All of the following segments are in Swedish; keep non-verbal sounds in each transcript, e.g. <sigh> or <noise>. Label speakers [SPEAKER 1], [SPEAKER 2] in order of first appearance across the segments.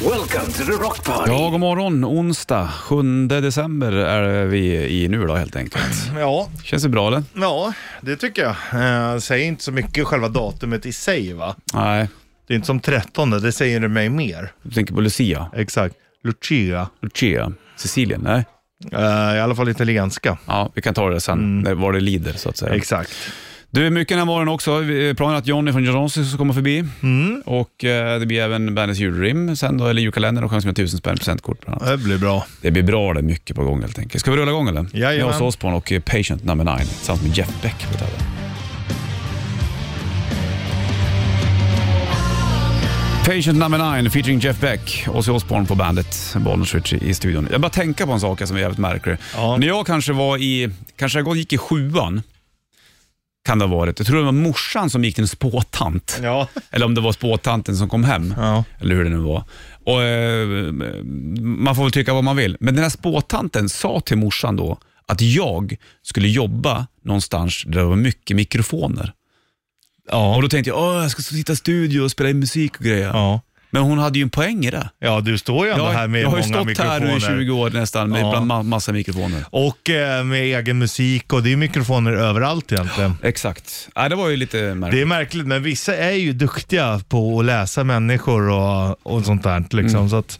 [SPEAKER 1] Welcome to the Rock Party.
[SPEAKER 2] Ja, god morgon. Onsdag 7 december är vi i nu då helt enkelt.
[SPEAKER 3] Ja,
[SPEAKER 2] Känns det bra eller?
[SPEAKER 3] ja, det tycker jag. Eh, säger inte så mycket själva datumet i sig va?
[SPEAKER 2] Nej,
[SPEAKER 3] Det är inte som 13, det säger det mig mer.
[SPEAKER 2] du tänker på Lucia.
[SPEAKER 3] Exakt. Lucia.
[SPEAKER 2] Lucia. Sicilien, nej?
[SPEAKER 3] Eh, I alla fall italienska.
[SPEAKER 2] Ja, vi kan ta det sen, när- var det lider så att säga.
[SPEAKER 3] Exakt.
[SPEAKER 2] Du, mycket den här morgonen också. Vi är planen att Johnny från Johnson ska komma förbi. Och eh, det blir även bandets julrim sen då, eller julkalender och chans med tusen spänn presentkort bland annat.
[SPEAKER 3] Det blir bra.
[SPEAKER 2] Det blir bra det, mycket på gång helt enkelt. Ska vi rulla igång eller?
[SPEAKER 3] Jajamän.
[SPEAKER 2] Jag och Osborn och eh, Patient Number Nine tillsammans med Jeff Beck på gitarren. Patient Number Nine featuring Jeff Beck, Ozzy Osbourne på bandet, Bollnäs Ritchie i studion. Jag bara tänka på en sak här som är jävligt märklig.
[SPEAKER 3] Ja.
[SPEAKER 2] När jag kanske var i, kanske jag gick i sjuan, kan det ha varit. Jag tror det var morsan som gick till en spåtant.
[SPEAKER 3] Ja.
[SPEAKER 2] Eller om det var spåtanten som kom hem,
[SPEAKER 3] Ja.
[SPEAKER 2] eller hur det nu var. Och, eh, man får väl tycka vad man vill, men den här spåtanten sa till morsan då att jag skulle jobba någonstans där det var mycket mikrofoner. Och
[SPEAKER 3] Ja.
[SPEAKER 2] då tänkte jag, Åh, jag ska sitta i studio och spela in musik och grejer.
[SPEAKER 3] Ja.
[SPEAKER 2] Men hon hade ju en poäng i det.
[SPEAKER 3] ja, du står ju ändå
[SPEAKER 2] Jag,
[SPEAKER 3] här med
[SPEAKER 2] jag har ju
[SPEAKER 3] många
[SPEAKER 2] stått här nu i
[SPEAKER 3] mikrofoner.
[SPEAKER 2] 20 år nästan med
[SPEAKER 3] Ja.
[SPEAKER 2] bland ma- massa mikrofoner.
[SPEAKER 3] Och eh, med egen musik och det är mikrofoner överallt egentligen.
[SPEAKER 2] Exakt. Ja, det var ju lite
[SPEAKER 3] Det
[SPEAKER 2] märkligt.
[SPEAKER 3] är märkligt, men vissa är ju duktiga på att läsa människor och, och sånt där. Liksom.
[SPEAKER 2] Mm.
[SPEAKER 3] Så att,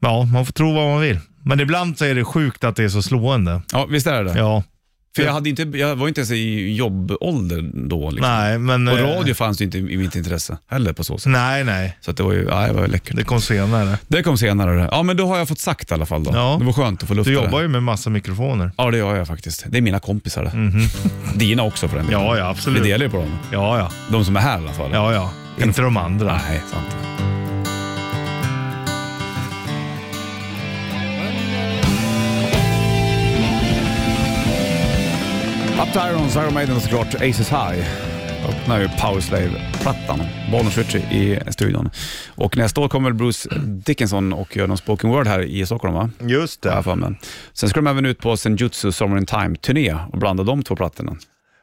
[SPEAKER 3] ja, man får tro vad man vill. Men ibland så är det sjukt att det är så slående.
[SPEAKER 2] Ja, visst är det det?
[SPEAKER 3] Ja,
[SPEAKER 2] För jag, hade inte, jag var inte ens i jobbålder då. Liksom.
[SPEAKER 3] nej, men...
[SPEAKER 2] Och
[SPEAKER 3] eh,
[SPEAKER 2] radio fanns ju inte i mitt intresse heller på så sätt.
[SPEAKER 3] Nej, nej.
[SPEAKER 2] Så att det var ju ja, det var ju läckert.
[SPEAKER 3] Det kom senare.
[SPEAKER 2] Det kom senare. det. Ja, men då har jag fått sagt i alla fall. Då.
[SPEAKER 3] Ja.
[SPEAKER 2] Det var skönt att få lufta
[SPEAKER 3] Du
[SPEAKER 2] det.
[SPEAKER 3] jobbar ju med massa mikrofoner.
[SPEAKER 2] Ja, det gör jag faktiskt. Det är mina kompisar det. Dina också för den delen.
[SPEAKER 3] Mhm. Ja, ja,
[SPEAKER 2] Vi
[SPEAKER 3] absolut.
[SPEAKER 2] delar ju på dem.
[SPEAKER 3] Ja, ja.
[SPEAKER 2] De som är här i alla fall.
[SPEAKER 3] Ja, ja. Inte de andra.
[SPEAKER 2] Nej, sant. Up to Irons, Iron Maiden och såklart, Aces High. Öppnar ju Power Slave-plattan. Bonus Ritchie i studion. Och nästa år kommer Bruce Dickinson och gör någon spoken word här i Stockholm va?
[SPEAKER 3] Just
[SPEAKER 2] har
[SPEAKER 3] det.
[SPEAKER 2] jag för mig. Sen ska de även ut på Senjutsu Summer in Time-turné och blanda de två plattorna.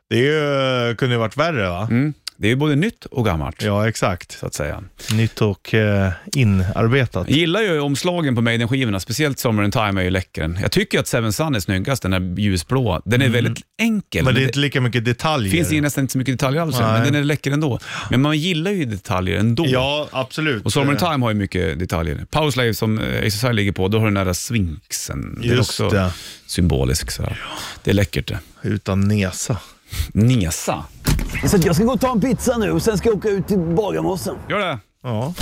[SPEAKER 3] Det är ju, kunde ju varit värre va?
[SPEAKER 2] Mm. Det är ju både nytt och gammalt,
[SPEAKER 3] Ja, exakt.
[SPEAKER 2] så att säga.
[SPEAKER 3] Nytt och eh, inarbetat.
[SPEAKER 2] Jag gillar ju omslagen på Maiden-skivorna, speciellt Summer in Time är ju läcker. Jag tycker att Seven Sun är snyggast, den här ljusblåa. Den är väldigt enkel.
[SPEAKER 3] Mm. Men det är
[SPEAKER 2] men
[SPEAKER 3] inte lika mycket detaljer.
[SPEAKER 2] det finns ju nästan inte så mycket detaljer alls,
[SPEAKER 3] Nej.
[SPEAKER 2] men den är läcker ändå. Men man gillar ju detaljer ändå.
[SPEAKER 3] Ja, absolut.
[SPEAKER 2] Och Summer in Time har ju mycket detaljer. Power Slave som eh, Aces High ligger på, då har du den där svinksen. den är
[SPEAKER 3] Just
[SPEAKER 2] också
[SPEAKER 3] det.
[SPEAKER 2] symbolisk. Så här. Det är läckert det.
[SPEAKER 3] Utan näsa.
[SPEAKER 2] Nesa.
[SPEAKER 4] Så att jag ska gå och ta en pizza nu och sen ska jag åka ut till Bagarmossen.
[SPEAKER 2] Gör det.
[SPEAKER 3] Ja.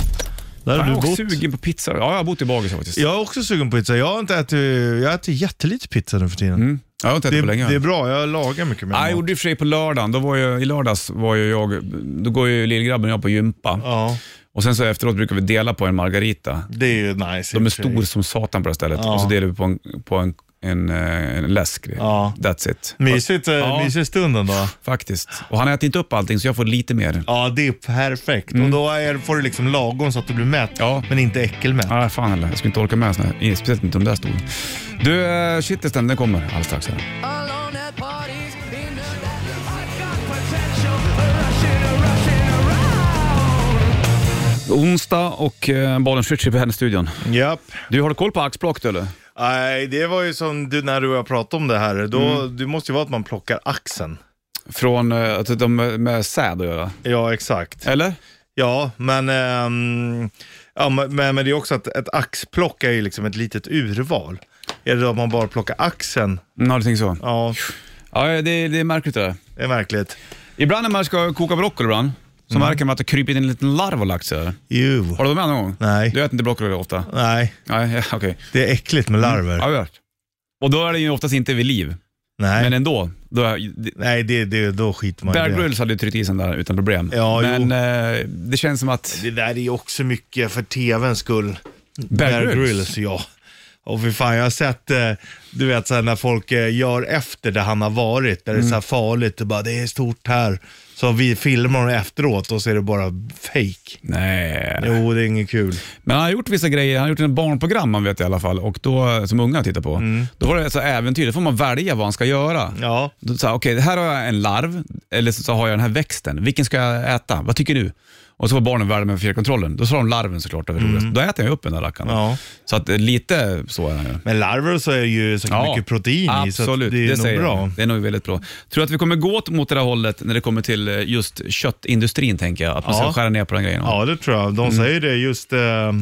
[SPEAKER 3] Där har
[SPEAKER 2] Jag
[SPEAKER 3] du
[SPEAKER 2] är också
[SPEAKER 3] bott.
[SPEAKER 2] sugen på pizza. Ja, jag har bott i bagis faktiskt.
[SPEAKER 3] Jag är också sugen på pizza. Jag har inte ätit, jag äter jättelite pizza nu för tiden.
[SPEAKER 2] Mm. Jag har inte ätit
[SPEAKER 3] Det,
[SPEAKER 2] på länge. Ah,
[SPEAKER 3] det är bra, jag lagar mycket mer.
[SPEAKER 2] Nej, jag
[SPEAKER 3] mat.
[SPEAKER 2] gjorde i och för sig på lördagen. Då var jag, I lördags var ju jag, då går ju lillgrabben och jag på gympa.
[SPEAKER 3] Ja,
[SPEAKER 2] Och sen så efteråt brukar vi dela på en margarita.
[SPEAKER 3] det är ju nice. i
[SPEAKER 2] De är
[SPEAKER 3] och för sig.
[SPEAKER 2] stor som satan på det stället.
[SPEAKER 3] Ja.
[SPEAKER 2] Och så delar vi på en, på en, en, eh, en läsk.
[SPEAKER 3] Ja.
[SPEAKER 2] That's it.
[SPEAKER 3] Mysigt, eh,
[SPEAKER 2] Ja.
[SPEAKER 3] mysig stunden då.
[SPEAKER 2] Faktiskt. Och han äter inte upp allting så jag får lite mer.
[SPEAKER 3] Ja, det är perfekt. Och då är, får du liksom lagom så att du blir mätt,
[SPEAKER 2] Mm. Ja.
[SPEAKER 3] men inte äckelmätt.
[SPEAKER 2] Nej, fan heller. Jag skulle inte orka med såna här. Speciellt inte de där stora. Du, eh, Shittesten, den kommer alldeles strax. Här.
[SPEAKER 5] alone at parties in the night. I've got potential, rushing, rushing around.
[SPEAKER 2] Onsdag och eh, Bollens Ritchie på Bandit-studion.
[SPEAKER 3] Japp.
[SPEAKER 2] Du, har du koll på axplock du, eller?
[SPEAKER 3] Nej, det var ju som du, när du och jag pratade om det här. Då,
[SPEAKER 2] Mm.
[SPEAKER 3] Det måste ju vara att man plockar axeln.
[SPEAKER 2] Från eh, att de med, med säd att göra,
[SPEAKER 3] Ja, exakt.
[SPEAKER 2] eller?
[SPEAKER 3] Ja, men, ehm, ja, men, men men det är också att ett axplock är ju liksom ett litet urval. Är det då att man bara plockar axeln?
[SPEAKER 2] Mm, Ja, du tänker så.
[SPEAKER 3] Ja,
[SPEAKER 2] Ja, det, det är märkligt det där.
[SPEAKER 3] det är märkligt.
[SPEAKER 2] Ibland när man ska koka broccoli ibland, så
[SPEAKER 3] Mm.
[SPEAKER 2] märker man att det krypit in en liten larv och lagt sig där.
[SPEAKER 3] Jo.
[SPEAKER 2] Har du varit med någon gång?
[SPEAKER 3] Nej.
[SPEAKER 2] Du äter inte broccoli ofta?
[SPEAKER 3] Nej,
[SPEAKER 2] Nej, ja, okej.
[SPEAKER 3] det är äckligt med larver.
[SPEAKER 2] Ja, jag vet. Och då är den ju oftast inte vid liv,
[SPEAKER 3] Nej,
[SPEAKER 2] men ändå. Då är,
[SPEAKER 3] Nej det, det, då skiter man i
[SPEAKER 2] Bear
[SPEAKER 3] det.
[SPEAKER 2] Grylls hade ju tryckt i sig den där utan problem.
[SPEAKER 3] Ja, jo.
[SPEAKER 2] men eh, det känns som att...
[SPEAKER 3] Det där är ju också mycket för tvns skull.
[SPEAKER 2] Bear Grylls?
[SPEAKER 3] ja. Och fy fan, jag har sett, eh, du vet så här, när folk eh, gör efter där han har varit, där det är
[SPEAKER 2] Mm.
[SPEAKER 3] så här farligt och bara det är stort här. Så vi filmar efteråt och så är det bara fake.
[SPEAKER 2] Nej.
[SPEAKER 3] Jo, det är inget kul.
[SPEAKER 2] Men han har gjort vissa grejer. Han har gjort en barnprogram, man vet i alla fall, och då, som unga tittar på.
[SPEAKER 3] Mm.
[SPEAKER 2] Då var det så här äventyr. Då får man välja vad han ska göra.
[SPEAKER 3] Ja,
[SPEAKER 2] Då sa jag, okej, här har jag en larv, eller så har jag den här växten. Vilken ska jag äta? Vad tycker du? Och så var barnen värda med fjärrkontrollen. Då sa de larven såklart, det var roligast. Då äter jag upp den där rackaren.
[SPEAKER 3] Mm. Ja.
[SPEAKER 2] Så att eh, lite så är han ju.
[SPEAKER 3] Men larver så är ju så mycket protein i, så att
[SPEAKER 2] absolut.
[SPEAKER 3] det är nog
[SPEAKER 2] säger
[SPEAKER 3] bra.
[SPEAKER 2] jag. Det är nog väldigt bra. Tror du att vi kommer gå åt mot det där hållet när det kommer till eh, just köttindustrin, tänker jag? Att man
[SPEAKER 3] Ja.
[SPEAKER 2] ska skära ner på den grejen?
[SPEAKER 3] Ja, det tror jag. De
[SPEAKER 2] Mm.
[SPEAKER 3] säger det just eh,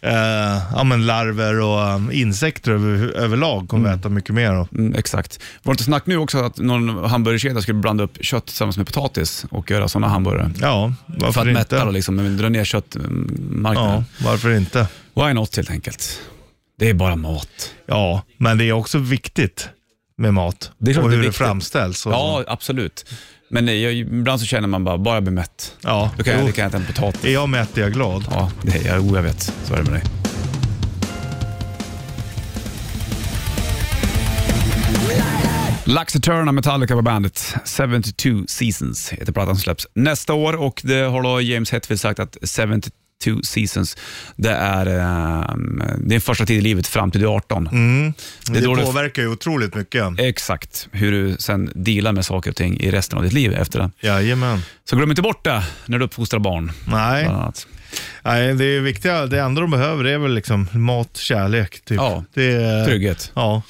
[SPEAKER 3] eh, ja, men larver och eh, insekter över, överlag kommer vi äta mycket mer av.
[SPEAKER 2] Mm, exakt. Var det inte snack nu också att någon hamburgerkedja skulle blanda upp kött tillsammans med potatis och göra sådana hamburgare?
[SPEAKER 3] Ja,
[SPEAKER 2] För
[SPEAKER 3] varför
[SPEAKER 2] att mätta då,
[SPEAKER 3] inte?
[SPEAKER 2] liksom, men dra ner köttmarknaden.
[SPEAKER 3] Ja, varför inte?
[SPEAKER 2] Why not helt enkelt? Det är bara mat.
[SPEAKER 3] Ja, men det är också viktigt med mat
[SPEAKER 2] Det är klart
[SPEAKER 3] och
[SPEAKER 2] det är
[SPEAKER 3] hur det,
[SPEAKER 2] viktigt.
[SPEAKER 3] framställs. Och
[SPEAKER 2] Ja, absolut. Men nej, jag, ibland så känner man bara, bara jag blir mätt.
[SPEAKER 3] Ja,
[SPEAKER 2] Då kan jag
[SPEAKER 3] jo.
[SPEAKER 2] lika gärna äta en potatis.
[SPEAKER 3] Är jag mätt är jag glad.
[SPEAKER 2] Ja, det är jag. Jo, jag vet. Så är det med dig. Lax Eterna Metallica på bandet. 72 Seasons heter plattan som släpps nästa år och det har då James Hetfield sagt att 72 Seasons, det är eh, din första tid i livet fram till du är 18.
[SPEAKER 3] Mm. Det,
[SPEAKER 2] är då du-
[SPEAKER 3] påverkar ju otroligt mycket.
[SPEAKER 2] Exakt, hur du sen dealar med saker och ting i resten av ditt liv efter det.
[SPEAKER 3] Jajamän.
[SPEAKER 2] Så glöm inte bort det när du uppfostrar barn.
[SPEAKER 3] Nej,
[SPEAKER 2] Bland annat.
[SPEAKER 3] nej det, är viktiga, det enda de behöver är väl liksom mat, kärlek. Typ.
[SPEAKER 2] Ja,
[SPEAKER 3] det är,
[SPEAKER 2] Trygghet.
[SPEAKER 3] Ja,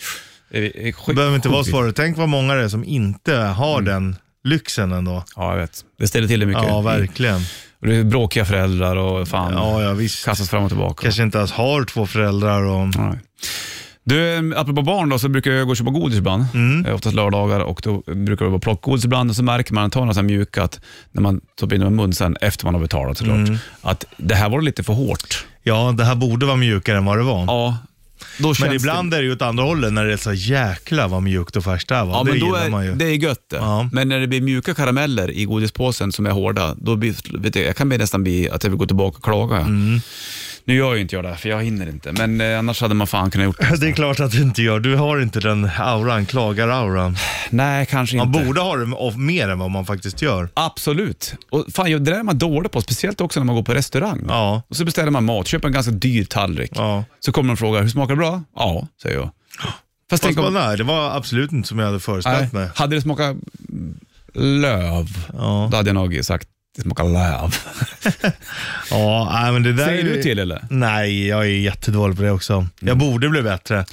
[SPEAKER 2] Det är- är sjukt-
[SPEAKER 3] det behöver inte vara
[SPEAKER 2] sjukt
[SPEAKER 3] svårare. Tänk vad många det är som inte
[SPEAKER 2] Mm.
[SPEAKER 3] har den lyxen ändå.
[SPEAKER 2] Ja, jag vet. Det ställer till det mycket.
[SPEAKER 3] Ja, verkligen.
[SPEAKER 2] Och det är bråkiga föräldrar och fan,
[SPEAKER 3] Ja, ja visst.
[SPEAKER 2] kastas fram och tillbaka.
[SPEAKER 3] Kanske inte ens har två föräldrar. Och...
[SPEAKER 2] Nej. Du, apropå barn då, så brukar jag gå och köpa godis ibland. Mm. Oftast lördagar och då brukar det vara plockgodis ibland och så märker man att man tar något så här mjuka, att när man stoppar in dem i munnen sen efter man har betalat såklart,
[SPEAKER 3] Mm.
[SPEAKER 2] att det här var lite för hårt.
[SPEAKER 3] Ja, det här borde vara mjukare än vad det var.
[SPEAKER 2] Ja, då känns
[SPEAKER 3] Men ibland är det ju åt andra hållet när det är så jäkla vad mjukt och färskt det här var.
[SPEAKER 2] Ja,
[SPEAKER 3] det
[SPEAKER 2] men då
[SPEAKER 3] gillar
[SPEAKER 2] är,
[SPEAKER 3] man ju.
[SPEAKER 2] Det är gött det.
[SPEAKER 3] Ja.
[SPEAKER 2] Men när det blir mjuka karameller i godispåsen som är hårda, då blir, vet jag, jag kan bli nästan bli att jag vill gå tillbaka och klaga.
[SPEAKER 3] Mm.
[SPEAKER 2] Nu gör ju inte jag det, för jag hinner inte. Men eh, annars hade man fan kunnat gjort det.
[SPEAKER 3] <laughs> Det är klart att du inte gör. Du har inte den auran, klagar-auran.
[SPEAKER 2] Nej, kanske
[SPEAKER 3] Man
[SPEAKER 2] inte.
[SPEAKER 3] borde ha det av- mer än vad man faktiskt gör.
[SPEAKER 2] Absolut. Och fan, jag- det där är man dålig på, speciellt också när man går på restaurang.
[SPEAKER 3] Ja.
[SPEAKER 2] Och så beställer man mat, köper en ganska dyr tallrik.
[SPEAKER 3] Ja.
[SPEAKER 2] Så kommer de och frågar, hur smakar det bra? Ja, säger jag. Fast
[SPEAKER 3] Fast
[SPEAKER 2] tänk om...
[SPEAKER 3] bara, nej, det var absolut inte som jag hade
[SPEAKER 2] Nej,
[SPEAKER 3] föreställt mig.
[SPEAKER 2] hade det smakat löv,
[SPEAKER 3] Ja.
[SPEAKER 2] då hade jag nog sagt, det smakar löv.
[SPEAKER 3] Ja, nej, men det där
[SPEAKER 2] Säger
[SPEAKER 3] är ju-
[SPEAKER 2] du till eller? Mm.
[SPEAKER 3] Nej, jag är jättedålig på det också. Jag borde bli bättre.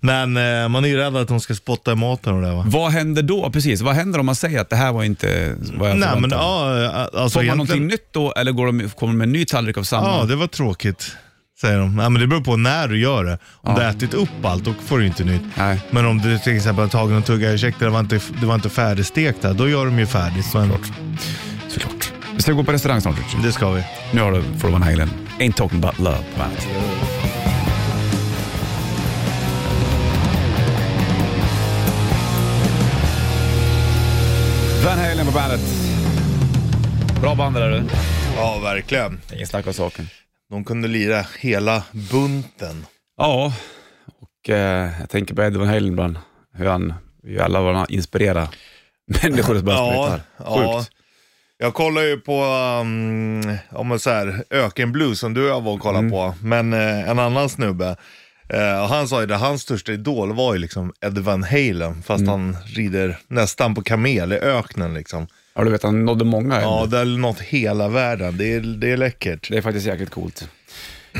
[SPEAKER 3] Men eh, man är ju rädd att de ska spotta i maten och det där, va?
[SPEAKER 2] Vad händer då? Precis, vad händer om man säger att det här var inte vad jag
[SPEAKER 3] Nej, men
[SPEAKER 2] förväntade mig?
[SPEAKER 3] ja, alltså
[SPEAKER 2] Får man någonting
[SPEAKER 3] egentligen...
[SPEAKER 2] nytt då eller går de, kommer de med en ny tallrik av samma?
[SPEAKER 3] Ja, det var tråkigt, säger de. Nej, men det beror på när du gör det. Om
[SPEAKER 2] Ja.
[SPEAKER 3] du har ätit upp allt, då får du ju inte nytt.
[SPEAKER 2] Nej.
[SPEAKER 3] Men om du till exempel har tagit en tugga, ursäkta, det var inte, det var inte färdigstekt där, då gör de ju färdigt. Men
[SPEAKER 2] Såklart. Vi ska gå på restaurang snart Richard.
[SPEAKER 3] det ska vi.
[SPEAKER 2] Nu har du For Van Halen. Ain't talking about love på bandet. Van Halen på bandet. Bra band det där du.
[SPEAKER 3] Ja, verkligen.
[SPEAKER 2] Ingen snack om saken.
[SPEAKER 3] De kunde lira hela bunten.
[SPEAKER 2] Ja, och eh, jag tänker på Eddie Van Halen ibland. Hur han, hur alla vad han inspirerar människor att börja spela gitarr. Sjukt.
[SPEAKER 3] Jag kollar ju på, um, om man säger, ökenblues som du och jag var och
[SPEAKER 2] Mm.
[SPEAKER 3] kollade på, men eh, en annan snubbe. Eh, och han sa ju det, hans största idol var ju liksom Eddie Van Halen, fast
[SPEAKER 2] Mm.
[SPEAKER 3] han rider nästan på kamel i öknen liksom.
[SPEAKER 2] Ja, du vet han nådde många.
[SPEAKER 3] Ja,
[SPEAKER 2] Ja.
[SPEAKER 3] det har nått hela världen, det är, det är läckert.
[SPEAKER 2] Det är faktiskt jäkligt coolt.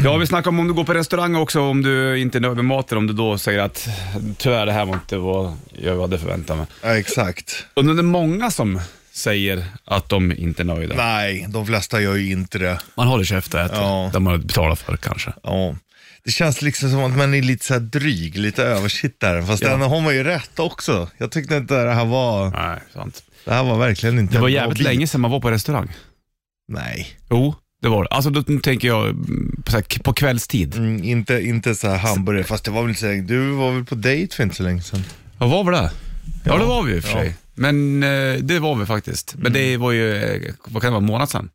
[SPEAKER 2] Ja, vi snackade om om du går på restaurang också, om du inte är nöjd med maten, om du då säger att tyvärr det här var inte vad jag hade förväntat mig.
[SPEAKER 3] Ja, exakt.
[SPEAKER 2] Och det är många som säger att de inte är nöjda.
[SPEAKER 3] Nej, de flesta gör ju inte det.
[SPEAKER 2] Man håller käft och äter
[SPEAKER 3] Ja.
[SPEAKER 2] det man betalar för kanske.
[SPEAKER 3] Ja. Det känns liksom som att man är lite så här dryg, lite översittare. Fast den har man ju rätt också. Jag tyckte inte det här var,
[SPEAKER 2] Nej, sant.
[SPEAKER 3] det här var verkligen inte
[SPEAKER 2] Det var
[SPEAKER 3] en bra
[SPEAKER 2] jävligt
[SPEAKER 3] bit.
[SPEAKER 2] länge sedan man var på restaurang.
[SPEAKER 3] Nej,
[SPEAKER 2] Jo, det var det. Alltså då tänker jag mm, på, så här, på kvällstid.
[SPEAKER 3] mm, inte, inte så här hamburgare. Fast det var väl inte så länge, du var väl på dejt för inte så länge sedan?
[SPEAKER 2] Ja, var vi det? Ja,
[SPEAKER 3] Ja,
[SPEAKER 2] det var vi i och för
[SPEAKER 3] ja. Mm.
[SPEAKER 2] sig. Men eh, det var vi faktiskt. Men det var ju, eh, vad kan det vara, en månad sedan?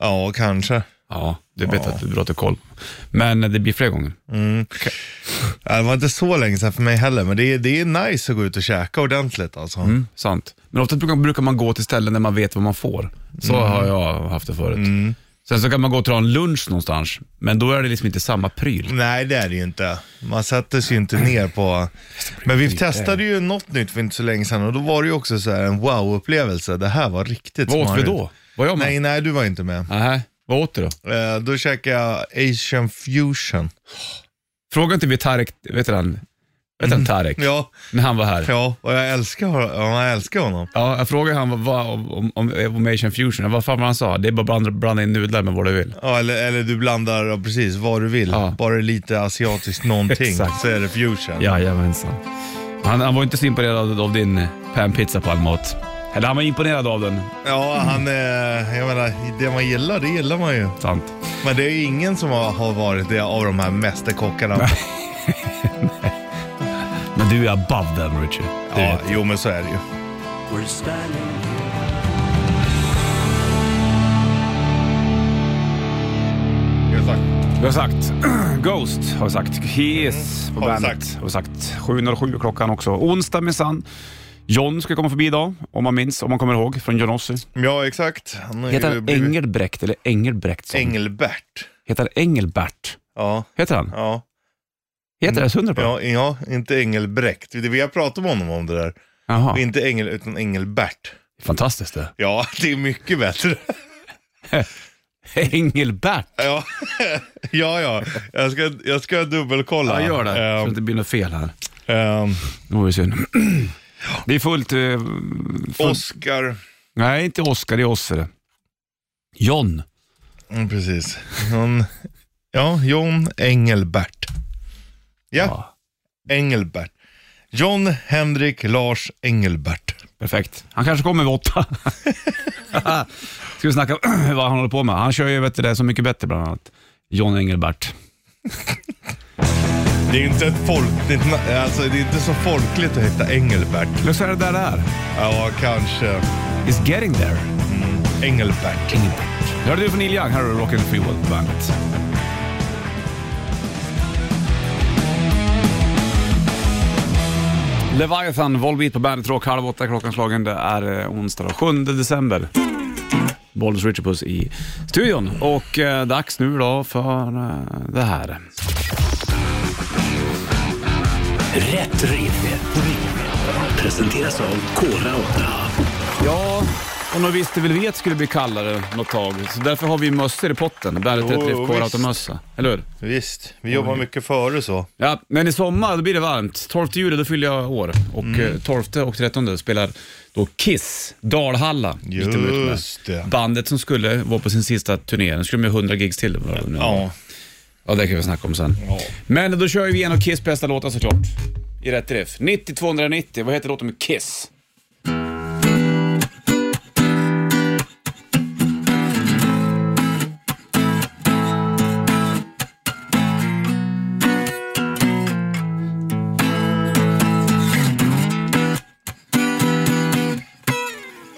[SPEAKER 3] Ja, kanske.
[SPEAKER 2] Ja, det är bättre
[SPEAKER 3] Ja.
[SPEAKER 2] att du drar till koll. Men eh, det blir fler gånger.
[SPEAKER 3] Mm. Ja, Det var inte så länge sedan för mig heller, men det är, det är nice att gå ut och käka ordentligt alltså.
[SPEAKER 2] Mm, sant. Men ofta brukar, brukar man gå till ställen där man vet vad man får. Så
[SPEAKER 3] Mm.
[SPEAKER 2] har jag haft det förut. Sen så kan man gå och ta en lunch någonstans, men då är det liksom inte samma pryl.
[SPEAKER 3] Nej, det är det ju inte. Man sätter sig ju inte ner på... Men vi testade ju något nytt för inte så länge sedan och då var det ju också så här en wow-upplevelse. Det här var riktigt
[SPEAKER 2] Vad åt vi
[SPEAKER 3] smarrigt.
[SPEAKER 2] då? Var jag med?
[SPEAKER 3] Nej, nej, du var inte med.
[SPEAKER 2] Nähä. Vad åt du då?
[SPEAKER 3] Eh, då käkade jag Asian fusion.
[SPEAKER 2] Fråga inte vi Tarek, vet du han? Vet du han Tarek?
[SPEAKER 3] Mm. Ja,
[SPEAKER 2] När han var här.
[SPEAKER 3] ja och jag älskar, ja, jag älskar honom.
[SPEAKER 2] Ja, jag frågade han vad, vad, om, om, om Asian fusion, vad fan var han sa? Det är bara att blanda, blanda in nudlar med vad du vill.
[SPEAKER 3] Ja, eller, eller du blandar ja, precis vad du vill.
[SPEAKER 2] Ja.
[SPEAKER 3] Bara lite asiatiskt
[SPEAKER 2] <laughs>
[SPEAKER 3] någonting
[SPEAKER 2] Exakt.
[SPEAKER 3] så är det fusion.
[SPEAKER 2] Jajamensan. Han, han var inte så imponerad av din panpizza på all mat. Eller han var imponerad av den,
[SPEAKER 3] Ja, han, eh, jag menar, det man gillar, det gillar man ju.
[SPEAKER 2] sant.
[SPEAKER 3] Men det är ju ingen som har, har varit det av de här mästerkockarna.
[SPEAKER 2] Men du är above them Richard. Du
[SPEAKER 3] Ja,
[SPEAKER 2] vet.
[SPEAKER 3] jo, men så är det ju. Exakt.
[SPEAKER 2] Vi har sagt <clears throat> Ghost, har vi sagt. He is på
[SPEAKER 3] Mm. har vi
[SPEAKER 2] bandet.
[SPEAKER 3] sagt.
[SPEAKER 2] Har vi sagt. 7.07 klockan också. Onsdag minsann. John ska komma förbi idag, om man minns, om man kommer ihåg, från Johnossi.
[SPEAKER 3] Ja, exakt. Han har
[SPEAKER 2] Heter
[SPEAKER 3] ju
[SPEAKER 2] han
[SPEAKER 3] blivit-
[SPEAKER 2] Engelbrekt eller Engelbrektsson?
[SPEAKER 3] Engelbert.
[SPEAKER 2] Heter han Engelbert?
[SPEAKER 3] Ja,
[SPEAKER 2] Heter han?
[SPEAKER 3] ja.
[SPEAKER 2] Heter det? Hundra på?
[SPEAKER 3] Ja, ja, inte Engelbrekt. Det- Vi har pratat med honom om det där.
[SPEAKER 2] Jaha.
[SPEAKER 3] Inte Engel, utan Engelbert.
[SPEAKER 2] Fantastiskt det.
[SPEAKER 3] Ja, <laughs> det är mycket bättre.
[SPEAKER 2] <laughs>
[SPEAKER 3] <laughs>
[SPEAKER 2] Engelbert!
[SPEAKER 3] Ja, <laughs> ja, ja. Jag, ska, jag ska dubbelkolla.
[SPEAKER 2] Ja, gör det. Så det
[SPEAKER 3] Ehm,
[SPEAKER 2] inte blir något fel här.
[SPEAKER 3] ehm,
[SPEAKER 2] Det vore synd. Det är fullt... Eh, fullt
[SPEAKER 3] Oscar.
[SPEAKER 2] nej, inte Oskar, det är Osse. John.
[SPEAKER 3] Mm, precis. Hon, ja, John Engelbert. Ja,
[SPEAKER 2] Ja.
[SPEAKER 3] Engelbert. John Henrik Lars Engelbert.
[SPEAKER 2] Perfekt. Han kanske kommer vid <laughs> åtta. Ska vi snacka <clears throat> vad han håller på med. Han kör ju vet du, det Så mycket bättre bland annat. John Engelbert.
[SPEAKER 3] Det är ju inte ett folkligt na- alltså det är inte så folkligt att heta Engelbert.
[SPEAKER 2] Eller så är det där det är.
[SPEAKER 3] Ja, kanske
[SPEAKER 2] It's getting there.
[SPEAKER 3] Engelbert.
[SPEAKER 2] Engelbert. Det hörde du från Neil Young. Här har du Rockin' Free World på bandet. Leviathan, Volbeat på bandet Rock, halv åtta klockan slagen. Det är eh, onsdag den 7 december. Bollnäs Richardpuss i studion. Och eh, dags nu då för eh, det här.
[SPEAKER 1] Rätt riff. Rätt riff. Presenteras av Kora 8.
[SPEAKER 2] Ja, och nog visste väl vi att det skulle bli kallare något tag. Så därför har vi mössor i potten. Bandet
[SPEAKER 3] Jo,
[SPEAKER 2] 30
[SPEAKER 3] visst.
[SPEAKER 2] oh, mössa eller hur?
[SPEAKER 3] Visst, vi jobbar mycket före så.
[SPEAKER 2] Ja, men i sommar då blir det varmt. 12 juli då fyller jag år och mm. 12 och 13 spelar då Kiss, Dalhalla. mitt emot mig.
[SPEAKER 3] Just det.
[SPEAKER 2] Bandet som skulle vara på sin sista turné. Nu skulle de göra 100 gigs till. var det nu?
[SPEAKER 3] Ja.
[SPEAKER 2] ja, det kan vi snacka om sen.
[SPEAKER 3] Ja.
[SPEAKER 2] Men då kör vi igenom Kiss bästa låtar såklart. I rätt riff. 90-290, vad heter låten med Kiss?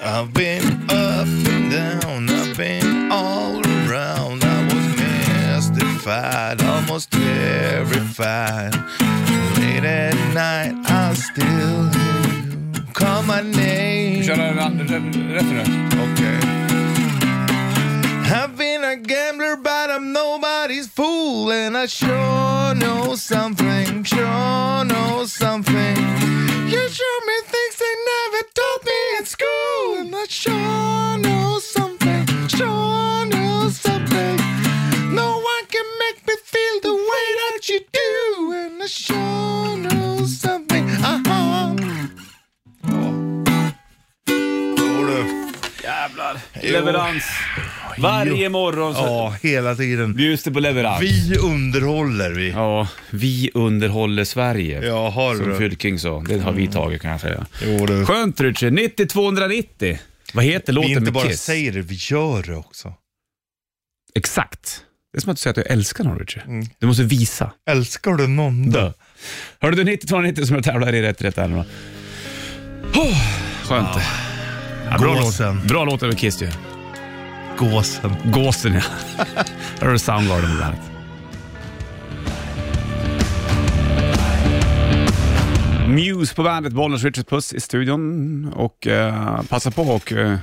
[SPEAKER 3] I've been up and down, I've been all around. I was mystified, almost terrified. Late at night, I still hear you call my name.
[SPEAKER 2] Kör rätt nu.
[SPEAKER 3] Okay. I've been a gambler, but I'm nobody's fool, and I sure know something, sure know something. You show me things they never taught me in school, and I sure know something, sure know something. No one can make me feel the way that you do, and I sure know something. Uh-huh. Oh. uh,
[SPEAKER 2] Jävlar.
[SPEAKER 3] Jo.
[SPEAKER 2] Leverans. Varje morgon så
[SPEAKER 3] hela tiden.
[SPEAKER 2] bjuds det på leverans.
[SPEAKER 3] Vi underhåller vi.
[SPEAKER 2] Ja, vi underhåller Sverige.
[SPEAKER 3] Ja, har
[SPEAKER 2] Som
[SPEAKER 3] du. Mm.
[SPEAKER 2] Fylking sa. Det har vi tagit kan jag säga.
[SPEAKER 3] Jo, du.
[SPEAKER 2] Skönt Richard. 90-290. Vad heter
[SPEAKER 3] Vi
[SPEAKER 2] låten
[SPEAKER 3] inte
[SPEAKER 2] med
[SPEAKER 3] bara
[SPEAKER 2] Kiss?
[SPEAKER 3] säger det, vi gör det också.
[SPEAKER 2] Exakt. Det är som att du säger att du älskar någon Richard.
[SPEAKER 3] Mm.
[SPEAKER 2] Du måste visa.
[SPEAKER 3] Älskar du någon då?
[SPEAKER 2] Hörde du 90-290 som jag tävlar i rätt rätt här nu då? Oh, skönt. Ja, bra,
[SPEAKER 3] Gåsen.
[SPEAKER 2] låt, bra låt över Kiss ju.
[SPEAKER 3] Gåsen.
[SPEAKER 2] Gåsen ja. Där har du Soundgarden på bandet. Muse på bandet, Bollnäs Richard Puss i studion. Och eh, passa på och eh,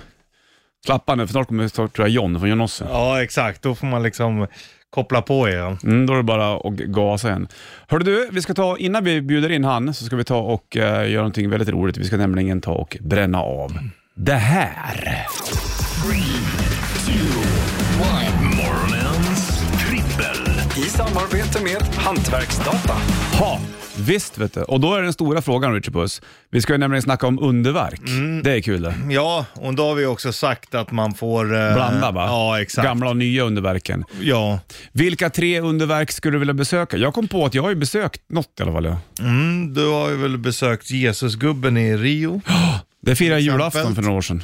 [SPEAKER 2] klappa nu för snart kommer tror jag John från John
[SPEAKER 3] Ja, exakt. Då får man liksom koppla på igen.
[SPEAKER 2] Mm, då är det bara att gasa igen. Hörru du, vi ska ta, innan vi bjuder in han så ska vi ta och eh, göra någonting väldigt roligt. Vi ska nämligen ta och bränna av det här.
[SPEAKER 6] samarbete med Hantverksdata.
[SPEAKER 2] Ha! Visst vet du. Och då är den stora frågan Richard Puss. Vi ska ju nämligen snacka om underverk.
[SPEAKER 3] Mm.
[SPEAKER 2] Det är kul det.
[SPEAKER 3] Ja, och då har vi också sagt att man får... eh,
[SPEAKER 2] Blanda va?
[SPEAKER 3] Ja, exakt.
[SPEAKER 2] Gamla och nya underverken.
[SPEAKER 3] Ja,
[SPEAKER 2] Vilka tre underverk skulle du vilja besöka? Jag kom på att jag har ju besökt något i alla fall. Ja.
[SPEAKER 3] mm, du har ju väl besökt Jesusgubben i Rio.
[SPEAKER 2] Det firade
[SPEAKER 3] Exempel.
[SPEAKER 2] julafton för några år sedan.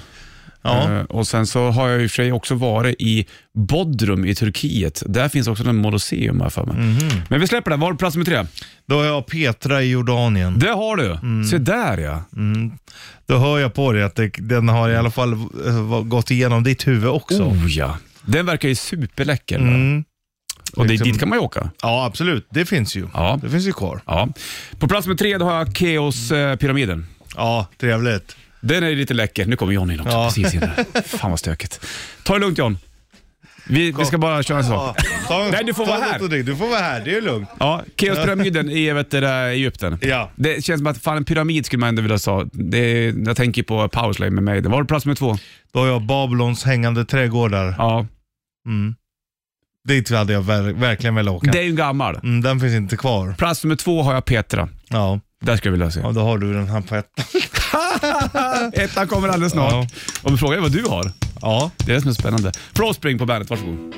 [SPEAKER 3] Ja.
[SPEAKER 2] Eh, Och sen så har jag i och för sig också varit i Bodrum i Turkiet. Där finns också en Moloseum här för mig.
[SPEAKER 3] Mhm.
[SPEAKER 2] Men vi släpper det. Var har du plats med tre?
[SPEAKER 3] Då har jag Petra i Jordanien.
[SPEAKER 2] Det har du.
[SPEAKER 3] Mm.
[SPEAKER 2] Se där ja.
[SPEAKER 3] Då hör jag på dig att det, den har i alla fall eh, gått igenom ditt huvud också.
[SPEAKER 2] Oh ja. Den verkar ju superläcker. Och det,
[SPEAKER 3] Mm. Liksom-
[SPEAKER 2] dit kan man ju åka.
[SPEAKER 3] Ja, absolut. Det finns ju.
[SPEAKER 2] Ja.
[SPEAKER 3] Det finns ju kvar.
[SPEAKER 2] Ja. På plats med tre då har jag eh, Keospyramiden.
[SPEAKER 3] Ja, trevligt.
[SPEAKER 2] Den är lite läcker. Nu kommer John in också.
[SPEAKER 3] Ja.
[SPEAKER 2] Precis in
[SPEAKER 3] <laughs>
[SPEAKER 2] där. Fan vad stökigt. Ta det lugnt John. Vi, vi ska bara köra en sak.
[SPEAKER 3] Ta,
[SPEAKER 2] Nej, du får
[SPEAKER 3] ta
[SPEAKER 2] vara
[SPEAKER 3] något
[SPEAKER 2] här.
[SPEAKER 3] och drick. Du får vara här, det är lugnt.
[SPEAKER 2] Ja, Keospyramiden i vet du, där i Egypten.
[SPEAKER 3] Ja.
[SPEAKER 2] Det känns som att fan, en pyramid skulle man ändå vilja ha. Det är- Jag tänker på Power Slave med mig. Var du plats med två?
[SPEAKER 3] Då har jag Babylons hängande trädgårdar.
[SPEAKER 2] Ja.
[SPEAKER 3] Dit hade jag ver verkligen velat åka.
[SPEAKER 2] Det är ju en gammal.
[SPEAKER 3] Mm, den finns inte kvar.
[SPEAKER 2] Plats nummer två har jag Petra.
[SPEAKER 3] Ja,
[SPEAKER 2] Där skulle jag vilja se.
[SPEAKER 3] ja då har du den här på ettan.
[SPEAKER 2] Ettan kommer alldeles snart.
[SPEAKER 3] Ja.
[SPEAKER 2] Om frågan är vad du har.
[SPEAKER 3] Ja.
[SPEAKER 2] Det är det som är spännande. Prospring på bandet, varsågod.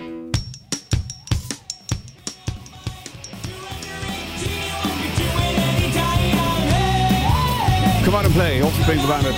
[SPEAKER 2] Come on and play, Offspring på bandet.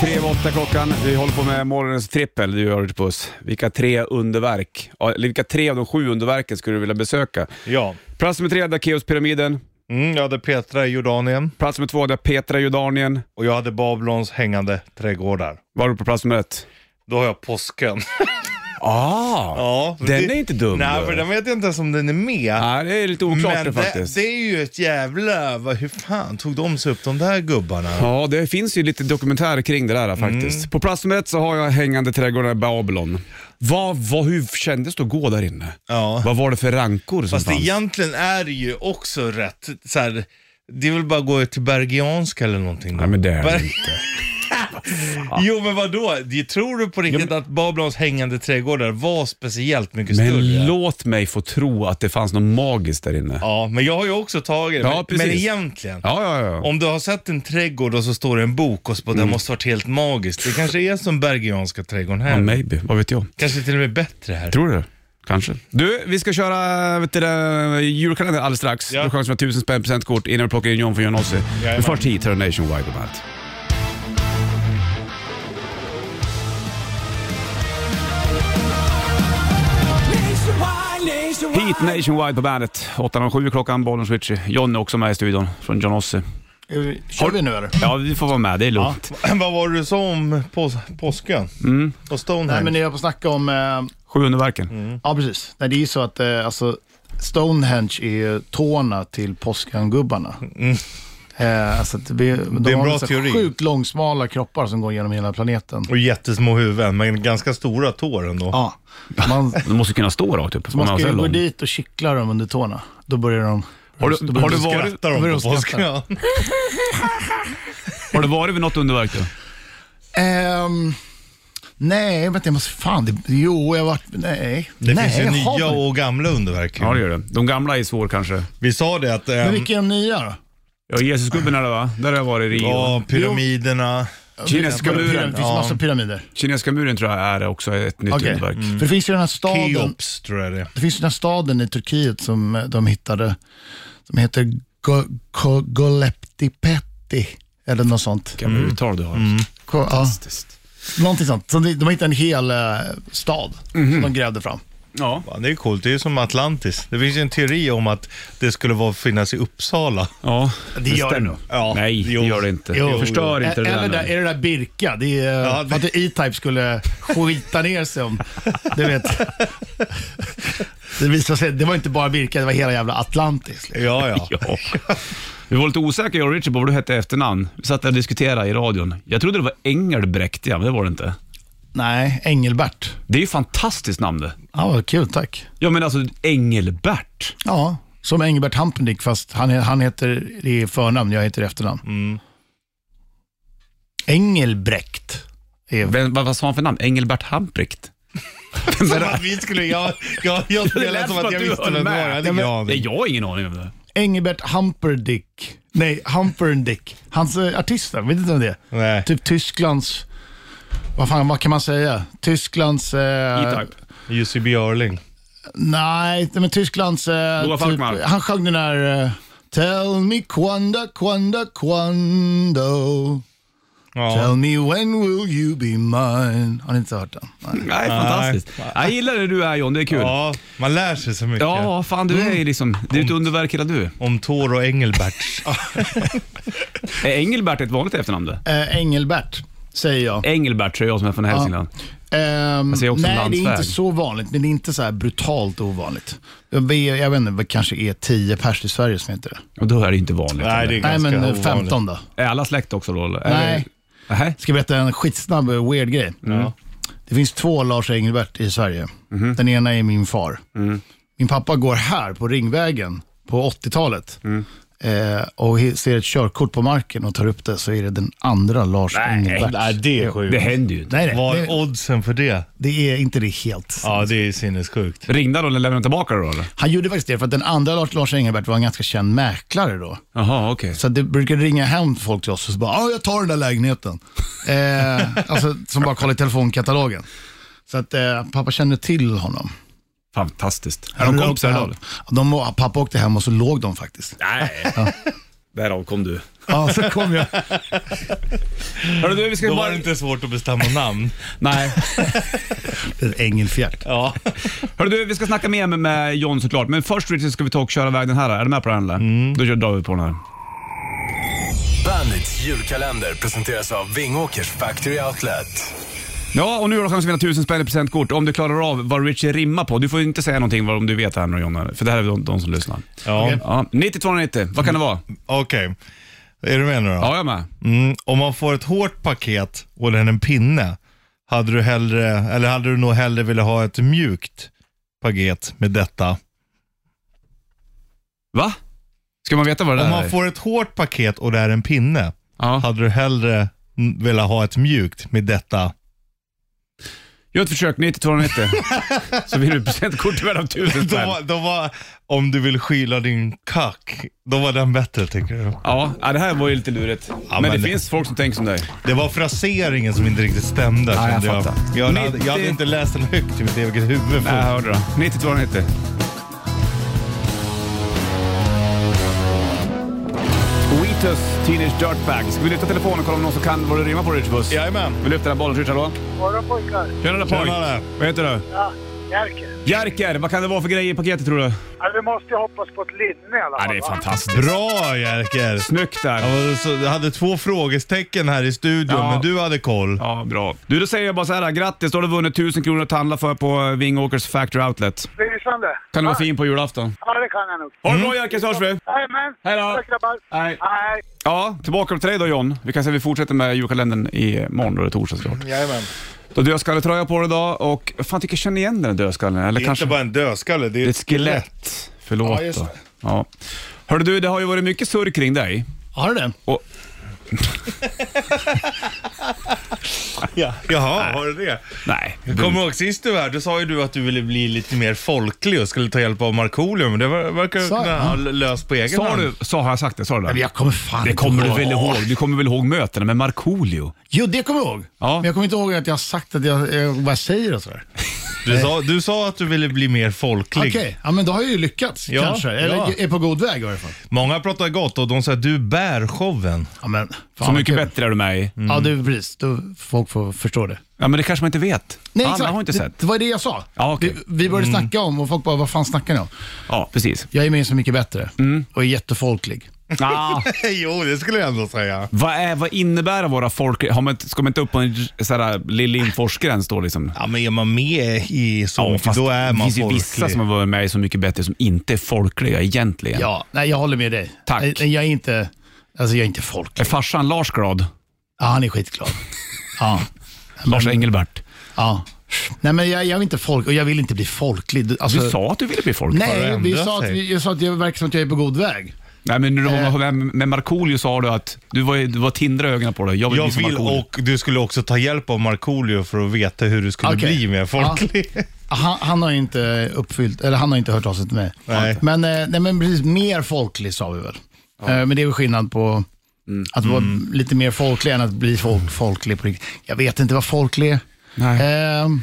[SPEAKER 2] Tre över åtta klockan. Vi håller på med morgonens trippel. Du gör det på oss. Vilka tre underverk, ja, eller vilka tre av de sju underverken skulle du vilja besöka?
[SPEAKER 3] Ja.
[SPEAKER 2] Plats nummer tre, Dakeospyramiden.
[SPEAKER 3] Mm, jag hade Petra i Jordanien
[SPEAKER 2] Plats nummer två, där Petra i Jordanien.
[SPEAKER 3] och jag hade Babylons hängande trädgårdar.
[SPEAKER 2] Var du på plats nummer ett?
[SPEAKER 3] Då har jag påsken. <laughs>
[SPEAKER 2] Ah,
[SPEAKER 3] Ja,
[SPEAKER 2] den
[SPEAKER 3] det-
[SPEAKER 2] är inte dum.
[SPEAKER 3] Nej,
[SPEAKER 2] du.
[SPEAKER 3] för den vet jag inte ens om den är med.
[SPEAKER 2] Nej, det är lite oklart
[SPEAKER 3] Men
[SPEAKER 2] det,
[SPEAKER 3] det,
[SPEAKER 2] faktiskt.
[SPEAKER 3] det är ju ett jävla... Vad, hur fan tog de sig upp de där gubbarna?
[SPEAKER 2] Ja, det finns ju lite dokumentärer kring det där faktiskt.
[SPEAKER 3] Mm.
[SPEAKER 2] På plats nummer ett så har jag Hängande trädgårdar i Babylon. Vad, vad, hur kändes det att gå där inne?
[SPEAKER 3] Ja.
[SPEAKER 2] Vad var det för rankor som
[SPEAKER 3] Fast
[SPEAKER 2] fanns?
[SPEAKER 3] egentligen är det ju också rätt så här, Det är väl bara att gå till Bergianska eller någonting. då.
[SPEAKER 2] Nej, men det är det
[SPEAKER 3] <laughs> Berg-
[SPEAKER 2] inte.
[SPEAKER 3] Jo men vadå? Det- Tror du på riktigt att Babylons hängande trädgårdar var speciellt mycket större?
[SPEAKER 2] Men låt mig få tro att det fanns något magiskt där inne. Ja,
[SPEAKER 3] ja, men jag har ju också tagit det.
[SPEAKER 2] Ja,
[SPEAKER 3] men,
[SPEAKER 2] precis.
[SPEAKER 3] men egentligen.
[SPEAKER 2] ja, ja.
[SPEAKER 3] Om du har sett en trädgård och så står det en bok och så på
[SPEAKER 2] Mm.
[SPEAKER 3] den måste varit helt magiskt. Det kanske är som Bergianska trädgården
[SPEAKER 2] ja
[SPEAKER 3] här.
[SPEAKER 2] maybe, vad vet jag.
[SPEAKER 3] Kanske till och med bättre här.
[SPEAKER 2] Tror du det? Kanske. Du, vi ska köra vet du, det, julkalendern alldeles strax.
[SPEAKER 3] Ja.
[SPEAKER 2] Du har chans att tusen spänn presentkort innan vi plockar in John från John Ossie. Men
[SPEAKER 3] Jajamän.
[SPEAKER 2] först hit, Terra Nationwide på bandet. Hit Nationwide på bandet. 8.07 klockan, bollen switch. John är också med i studion från John Ossie.
[SPEAKER 7] Eh, Kör vi nu eller?
[SPEAKER 2] Ja, vi får vara med. Det är lugnt.
[SPEAKER 3] <clears throat> Vad var det du sa om pås påsken?
[SPEAKER 2] Mm.
[SPEAKER 3] Och Stonehenge?
[SPEAKER 7] Nej, men ni höll på att snacka om... Eh,
[SPEAKER 2] Sju underverken.
[SPEAKER 3] Mm.
[SPEAKER 7] ja, precis. Nej, det är ju så att eh, alltså, Stonehenge är ju tårna till påskangubbarna. Eh, alltså, att vi, de
[SPEAKER 3] Mm. en
[SPEAKER 7] har
[SPEAKER 3] bra
[SPEAKER 7] så
[SPEAKER 3] teori.
[SPEAKER 7] Sjukt långsmala kroppar som går genom hela planeten.
[SPEAKER 3] Och jättesmå huvuden, men ganska stora tår ändå.
[SPEAKER 7] Ja.
[SPEAKER 3] <laughs>
[SPEAKER 7] Man,
[SPEAKER 2] De måste kunna stå typ. rakt upp.
[SPEAKER 7] så man ska ju gå dit och kittla dem under tårna. Då börjar de...
[SPEAKER 2] Har du-
[SPEAKER 7] då börjar
[SPEAKER 2] har du
[SPEAKER 7] de
[SPEAKER 2] varit-
[SPEAKER 3] Där
[SPEAKER 7] skratta. Då
[SPEAKER 3] de
[SPEAKER 7] börjar
[SPEAKER 3] på
[SPEAKER 7] de
[SPEAKER 3] påsken.
[SPEAKER 7] skratta.
[SPEAKER 3] Ja.
[SPEAKER 2] Har du varit vid något underverk då?
[SPEAKER 7] Ehm, nej, vänta, jag måste... Fan, det, jo, jag har varit... Nej.
[SPEAKER 3] <laughs> Det
[SPEAKER 7] nej,
[SPEAKER 3] finns ju
[SPEAKER 7] jag har
[SPEAKER 3] nya
[SPEAKER 7] varit-
[SPEAKER 3] och gamla underverk. ju.
[SPEAKER 2] Ja, det gör det. De gamla är svår kanske.
[SPEAKER 3] Vi sa det att... ehm,
[SPEAKER 7] Men vilka är de nya då?
[SPEAKER 2] Ja, Jesusgubben är det va? Där har jag varit i Rio.
[SPEAKER 3] ja, pyramiderna.
[SPEAKER 2] Kinesiska
[SPEAKER 7] Pyramid-
[SPEAKER 2] muren.
[SPEAKER 7] Det finns massa pyramider.
[SPEAKER 2] Kinesiska muren tror jag är också ett nytt
[SPEAKER 7] Okej. Mm.
[SPEAKER 2] underverk.
[SPEAKER 7] För det finns ju den här staden,
[SPEAKER 3] Keops tror jag det är.
[SPEAKER 7] det finns ju den här staden i Turkiet som eh, de hittade, som heter Go, Ko, Goleptipetti eller något sånt.
[SPEAKER 2] Vilka uttal du har.
[SPEAKER 7] Ko, ja, någonting sånt. Så de, de hittade en hel eh, stad
[SPEAKER 2] Mhm.
[SPEAKER 7] som de grävde fram.
[SPEAKER 2] Ja.
[SPEAKER 3] Ja, det är coolt, det är ju som Atlantis. Det finns ju en teori om att det skulle vara, finnas i Uppsala.
[SPEAKER 2] ja.
[SPEAKER 7] Det gör det
[SPEAKER 2] stämmer.
[SPEAKER 7] nog.
[SPEAKER 3] Ja,
[SPEAKER 2] Nej,
[SPEAKER 3] jo.
[SPEAKER 2] det gör det inte.
[SPEAKER 7] Jo,
[SPEAKER 2] Förstör
[SPEAKER 7] jo.
[SPEAKER 2] inte det
[SPEAKER 7] Eller
[SPEAKER 2] där.
[SPEAKER 7] där,
[SPEAKER 2] nu.
[SPEAKER 7] är det där Birka? Det är
[SPEAKER 3] Ja,
[SPEAKER 7] ja,
[SPEAKER 3] det-
[SPEAKER 7] för att E-Type skulle skita ner sig om... Du vet. Det visade sig, det var inte bara Birka, det var hela jävla Atlantis. liksom.
[SPEAKER 3] Ja, <laughs> ja.
[SPEAKER 2] Ja. Vi var lite osäkra jag och Richard på vad du hette i efternamn. Vi satt där och diskuterade i radion. Jag trodde det var Engelbrekt, ja, men det var det inte.
[SPEAKER 7] Nej, Engelbert.
[SPEAKER 2] Det är ju fantastiskt namn det.
[SPEAKER 7] Ja, vad kul, tack.
[SPEAKER 2] Ja men alltså Engelbert.
[SPEAKER 7] Ja, som Engelbert Hampendijk fast han, han heter, det är förnamn, jag heter efternamn.
[SPEAKER 3] Mm.
[SPEAKER 7] Engelbrekt. Är,
[SPEAKER 2] Vem, vad, vad sa han för namn? Engelbert Hamprikt?
[SPEAKER 7] Som att vi skulle... Jag, jag, jag spelade som att jag visste vem det var. Jag hade ingen
[SPEAKER 2] Nej,
[SPEAKER 3] aning.
[SPEAKER 2] jag har ingen aning om det.
[SPEAKER 7] Engelbert Humperdick. Nej, Humperdick. Hans eh, artist, jag vet inte om det är.
[SPEAKER 3] Nej.
[SPEAKER 7] Typ Tysklands... Vad fan, vad kan man säga? Tysklands... Eh,
[SPEAKER 2] E-Type.
[SPEAKER 3] Jussi Björling.
[SPEAKER 7] Nej, inte men Tysklands... Eh,
[SPEAKER 2] Loa Falkman.
[SPEAKER 7] han sjöng den där... Eh, Tell me quanda, quanda, quando. Tell
[SPEAKER 3] Ja.
[SPEAKER 7] me when will you be mine. Har ni inte hört den? Nej.
[SPEAKER 2] Nej, fantastiskt. Jag gillar det du är John, det är kul. Ja,
[SPEAKER 3] ja, man lär sig så mycket.
[SPEAKER 2] fan du är ju liksom, du är ett underverk hela du.
[SPEAKER 3] Om Tor och Engelberts.
[SPEAKER 2] Är Engelbert ett vanligt efternamn det?
[SPEAKER 7] Eh, Engelbert, säger jag.
[SPEAKER 2] Engelbert tror jag som är från Hälsingland.
[SPEAKER 7] Ehm,
[SPEAKER 2] ser också
[SPEAKER 7] nej, det är
[SPEAKER 2] landsväg.
[SPEAKER 7] inte så vanligt, men det är inte så här brutalt ovanligt. Vi, jag vet inte, vi kanske är 10 pers i Sverige som heter det.
[SPEAKER 2] Och då är det ju inte vanligt.
[SPEAKER 3] Nej, det är
[SPEAKER 7] Nej,
[SPEAKER 3] ganska
[SPEAKER 7] men
[SPEAKER 3] ovanligt.
[SPEAKER 7] 15 då.
[SPEAKER 2] Är alla släkt också då? eller?
[SPEAKER 7] Nej.
[SPEAKER 2] Nähä?
[SPEAKER 7] Ska jag berätta en skitsnabb eh, weird grej?
[SPEAKER 3] Mm.
[SPEAKER 7] Det finns två Lars Engelbert i Sverige.
[SPEAKER 3] Mhm.
[SPEAKER 7] Den ena är min far.
[SPEAKER 3] Mm.
[SPEAKER 7] Min pappa går här på Ringvägen på 80-talet
[SPEAKER 3] Mm.
[SPEAKER 7] eh, och he- ser ett körkort på marken och tar upp det så är det den andra Lars Engelbert.
[SPEAKER 3] Nej, det är sjukt.
[SPEAKER 2] Det händer ju inte.
[SPEAKER 7] Nej, nej
[SPEAKER 3] Vad
[SPEAKER 7] det,
[SPEAKER 3] är oddsen för det?
[SPEAKER 7] det är inte det helt.
[SPEAKER 3] Ja, det är sinnessjukt.
[SPEAKER 2] Ringde han och lämnade tillbaka det då eller?
[SPEAKER 7] Han gjorde faktiskt det för att den andra Lars, Lars Engelbert var en ganska känd mäklare då.
[SPEAKER 2] Jaha, okej.
[SPEAKER 7] Så det brukade ringa hem folk till oss och så bara, ja jag tar den där lägenheten. Eh, alltså, som bara kollar i telefonkatalogen. Så att eh, pappa kände till honom.
[SPEAKER 2] Fantastiskt. Är de kompisar
[SPEAKER 7] åkte
[SPEAKER 2] idag?
[SPEAKER 7] hem.
[SPEAKER 2] eller?
[SPEAKER 7] De var, pappa åkte hem och så låg de faktiskt.
[SPEAKER 2] Nej. <laughs> Därav kom du.
[SPEAKER 7] Ja, så kom jag.
[SPEAKER 2] Hörru du, vi ska
[SPEAKER 3] Då var
[SPEAKER 2] bara...
[SPEAKER 3] det inte svårt att bestämma
[SPEAKER 2] <laughs>
[SPEAKER 3] namn.
[SPEAKER 2] Nej.
[SPEAKER 7] Engelfjärt.
[SPEAKER 3] Ja.
[SPEAKER 2] Hörru du, vi ska snacka mer med, med John såklart, men först Richard ska vi ta och köra iväg den här. Är du med på den eller? Då kör- drar vi på den här.
[SPEAKER 6] Bandits julkalender presenteras av Vingåkers Factory Outlet.
[SPEAKER 2] Ja, och nu har du chans att vinna 1000 spänn i presentkort om du klarar av vad Richie rimmar på. Du får ju inte säga någonting vad- om du vet här nu Jonna, för det här är de, de som lyssnar.
[SPEAKER 3] ja.
[SPEAKER 2] Ja, 9290, vad kan det vara?
[SPEAKER 3] Okej. Är du med nu då?
[SPEAKER 2] Ja, jag är med.
[SPEAKER 3] Mm, om man får ett hårt paket och den en pinne, hade du hellre, eller hade du nog hellre velat ha ett mjukt paket med detta?
[SPEAKER 2] Va? Ska man veta vad det
[SPEAKER 3] Om
[SPEAKER 2] där
[SPEAKER 3] man
[SPEAKER 2] är?
[SPEAKER 3] får ett hårt paket och det är en pinne,
[SPEAKER 2] Ja.
[SPEAKER 3] hade du hellre mm, velat ha ett mjukt med detta?
[SPEAKER 2] Gör ett försök, <laughs> 9290. Så vinner du presentkort värda <laughs> 1000
[SPEAKER 3] Då
[SPEAKER 2] spänn.
[SPEAKER 3] var, då var, om du vill skyla din kack, då var den bättre tycker du?
[SPEAKER 2] Ja, ja, det här var ju lite lurigt. men,
[SPEAKER 3] men
[SPEAKER 2] det
[SPEAKER 3] det-
[SPEAKER 2] finns folk som tänker som dig.
[SPEAKER 3] Det var fraseringen som inte riktigt stämde
[SPEAKER 2] Ja, jag
[SPEAKER 3] kände jag.
[SPEAKER 2] fattar.
[SPEAKER 3] Jag hade,
[SPEAKER 2] Mitt i-
[SPEAKER 3] jag hade inte läst den högt i mitt eget huvud
[SPEAKER 2] Nej, jag
[SPEAKER 3] först.
[SPEAKER 2] hörde det. 9290. Weetus Teenage Dirtbag. Ska vi lyfta telefonen och kolla om någon som kan vad du rimmar på Rich Buss?
[SPEAKER 3] Jajamän.
[SPEAKER 2] Vi lyfter den här bollen, Rich. Hallå?
[SPEAKER 8] Morgon pojkar.
[SPEAKER 2] Tjenare pojk.
[SPEAKER 3] Tjenare.
[SPEAKER 2] Vad heter du?
[SPEAKER 8] Ja, Jerker.
[SPEAKER 2] Jerker, vad kan det vara för grejer i paketet tror du?
[SPEAKER 8] Ja, vi måste ju hoppas på ett linne i alla
[SPEAKER 2] Ja,
[SPEAKER 8] fall.
[SPEAKER 2] det är
[SPEAKER 8] va?
[SPEAKER 2] fantastiskt.
[SPEAKER 3] Bra Jerker!
[SPEAKER 2] Snyggt där.
[SPEAKER 3] Jag var så- Jag hade två frågestecken här i studion,
[SPEAKER 2] Ja.
[SPEAKER 3] men du hade koll.
[SPEAKER 2] Ja, bra. Du, då säger jag bara så här. Grattis, då har du vunnit 1000 kronor att handla för på Vingåkers Factory Outlet.
[SPEAKER 8] Lysande.
[SPEAKER 2] Kan du vara fin på julafton.
[SPEAKER 8] Ja, det kan jag nog.
[SPEAKER 2] Ha det bra Jerker, så hörs vi.
[SPEAKER 8] Jajamän.
[SPEAKER 2] Hej då.
[SPEAKER 8] Tack, grabbar.
[SPEAKER 2] Hej.
[SPEAKER 8] Hej.
[SPEAKER 2] Ja, tillbaka till dig då John. Vi kan säga att vi fortsätter med julkalendern imorgon, då det är torsdag såklart. Jajamän. Du har dödskalletröja på dig idag och fan tycker jag känner igen den där dödskallen. Eller
[SPEAKER 3] Det är
[SPEAKER 2] kanske
[SPEAKER 3] inte bara en dödskalle, det är
[SPEAKER 2] ett skelett. Förlåt
[SPEAKER 7] Ja, just
[SPEAKER 2] då.
[SPEAKER 7] det.
[SPEAKER 2] Ja. Hörru du, det har ju varit mycket surr kring dig.
[SPEAKER 7] Har du den?
[SPEAKER 2] Och,
[SPEAKER 3] Jaha, har du det?
[SPEAKER 2] nej.
[SPEAKER 3] Jag kommer ihåg sist du var här, då sa ju du att du ville bli lite mer folklig och skulle ta hjälp av Markoolio, men det ver- verkar du
[SPEAKER 7] Sa jag?
[SPEAKER 3] kunna ha löst på egen
[SPEAKER 2] Sa
[SPEAKER 3] hand.
[SPEAKER 2] du, sa, har jag sagt det? Sa du
[SPEAKER 7] Men
[SPEAKER 2] det?
[SPEAKER 7] jag kommer fan
[SPEAKER 2] Det
[SPEAKER 7] inte
[SPEAKER 2] kommer du
[SPEAKER 7] ihåg.
[SPEAKER 2] väl ihåg? Du kommer väl ihåg mötena med Markoolio?
[SPEAKER 7] Jo, det kommer jag ihåg.
[SPEAKER 2] Ja.
[SPEAKER 7] Men jag kommer inte ihåg att jag har sagt att jag, jag vad jag säger och sådär.
[SPEAKER 3] Du sa, du sa att du ville bli mer folklig.
[SPEAKER 7] Okej, ja, men då har jag ju lyckats
[SPEAKER 3] Ja,
[SPEAKER 7] kanske. Eller
[SPEAKER 3] ja.
[SPEAKER 7] är på god väg i alla fall.
[SPEAKER 3] Många pratar gott och de säger att du bär showen.
[SPEAKER 7] Ja, men, fan,
[SPEAKER 2] Så
[SPEAKER 7] vad
[SPEAKER 2] mycket
[SPEAKER 7] kul.
[SPEAKER 2] bättre är du med i.
[SPEAKER 7] Ja, du, precis. Då, folk får förstå det.
[SPEAKER 2] Ja, men det kanske man inte vet.
[SPEAKER 7] Nej,
[SPEAKER 2] Alla
[SPEAKER 7] exakt.
[SPEAKER 2] har inte
[SPEAKER 7] Det,
[SPEAKER 2] sett.
[SPEAKER 7] det var det jag sa.
[SPEAKER 2] Ja, okej. Mm.
[SPEAKER 7] vi, vi började snacka om och folk bara, vad fan snackar ni om?
[SPEAKER 2] Ja, precis.
[SPEAKER 7] Jag är med Så mycket bättre
[SPEAKER 2] Mm.
[SPEAKER 7] och är jättefolklig. <laughs>
[SPEAKER 2] Ah.
[SPEAKER 3] <laughs> jo, det skulle jag ändå säga.
[SPEAKER 2] Vad, är, vad innebär våra folk... Har man, inte- ska man inte upp på en så här, Lill Lindfors-gräns då liksom?
[SPEAKER 3] Ja, men är man med i så mycket,
[SPEAKER 2] fast
[SPEAKER 3] då är
[SPEAKER 2] Det
[SPEAKER 3] man
[SPEAKER 2] finns ju
[SPEAKER 3] folklig.
[SPEAKER 2] vissa som har varit med i Så mycket bättre som inte är folkliga egentligen.
[SPEAKER 7] Ja, nej, jag håller med dig.
[SPEAKER 2] Tack.
[SPEAKER 7] Nej, nej, Jag är inte, alltså jag är inte
[SPEAKER 2] Är
[SPEAKER 7] folklig.
[SPEAKER 2] farsan Lars glad?
[SPEAKER 7] Ja, han
[SPEAKER 2] <laughs>
[SPEAKER 7] är skitglad. Ja.
[SPEAKER 2] Lars
[SPEAKER 7] Mm.
[SPEAKER 2] Engelbert.
[SPEAKER 7] ja. Nej, men jag, jag är inte folk och jag vill inte bli folklig. Alltså,
[SPEAKER 2] Du sa att du ville bli folklig.
[SPEAKER 3] Har du
[SPEAKER 7] Nej, vi
[SPEAKER 3] ändrat
[SPEAKER 7] sa att,
[SPEAKER 3] dig?
[SPEAKER 7] vi, jag sa att jag verkar som att jag är på god väg.
[SPEAKER 2] Nej, men nu,
[SPEAKER 7] Eh.
[SPEAKER 2] med, med Markoolio sa du att du var, du var tindra i ögonen på dig. Jag vill
[SPEAKER 3] Jag
[SPEAKER 2] bli som
[SPEAKER 3] vill
[SPEAKER 2] Markoolio.
[SPEAKER 3] och du skulle också ta hjälp av Markoolio för att veta hur du skulle
[SPEAKER 7] Okej.
[SPEAKER 3] bli
[SPEAKER 2] <laughs>
[SPEAKER 3] mer folklig.
[SPEAKER 7] Han, han har inte uppfyllt, eller han har inte hört av sig till mig.
[SPEAKER 3] Nej.
[SPEAKER 7] Men, eh, nej, men precis, mer folklig sa vi väl. Eh, Men det är väl skillnad på
[SPEAKER 2] Mm.
[SPEAKER 7] att vara lite mer folklig än att bli folk, folklig på riktigt. Jag vet inte vad folklig är.
[SPEAKER 2] Nej.
[SPEAKER 7] Ehm,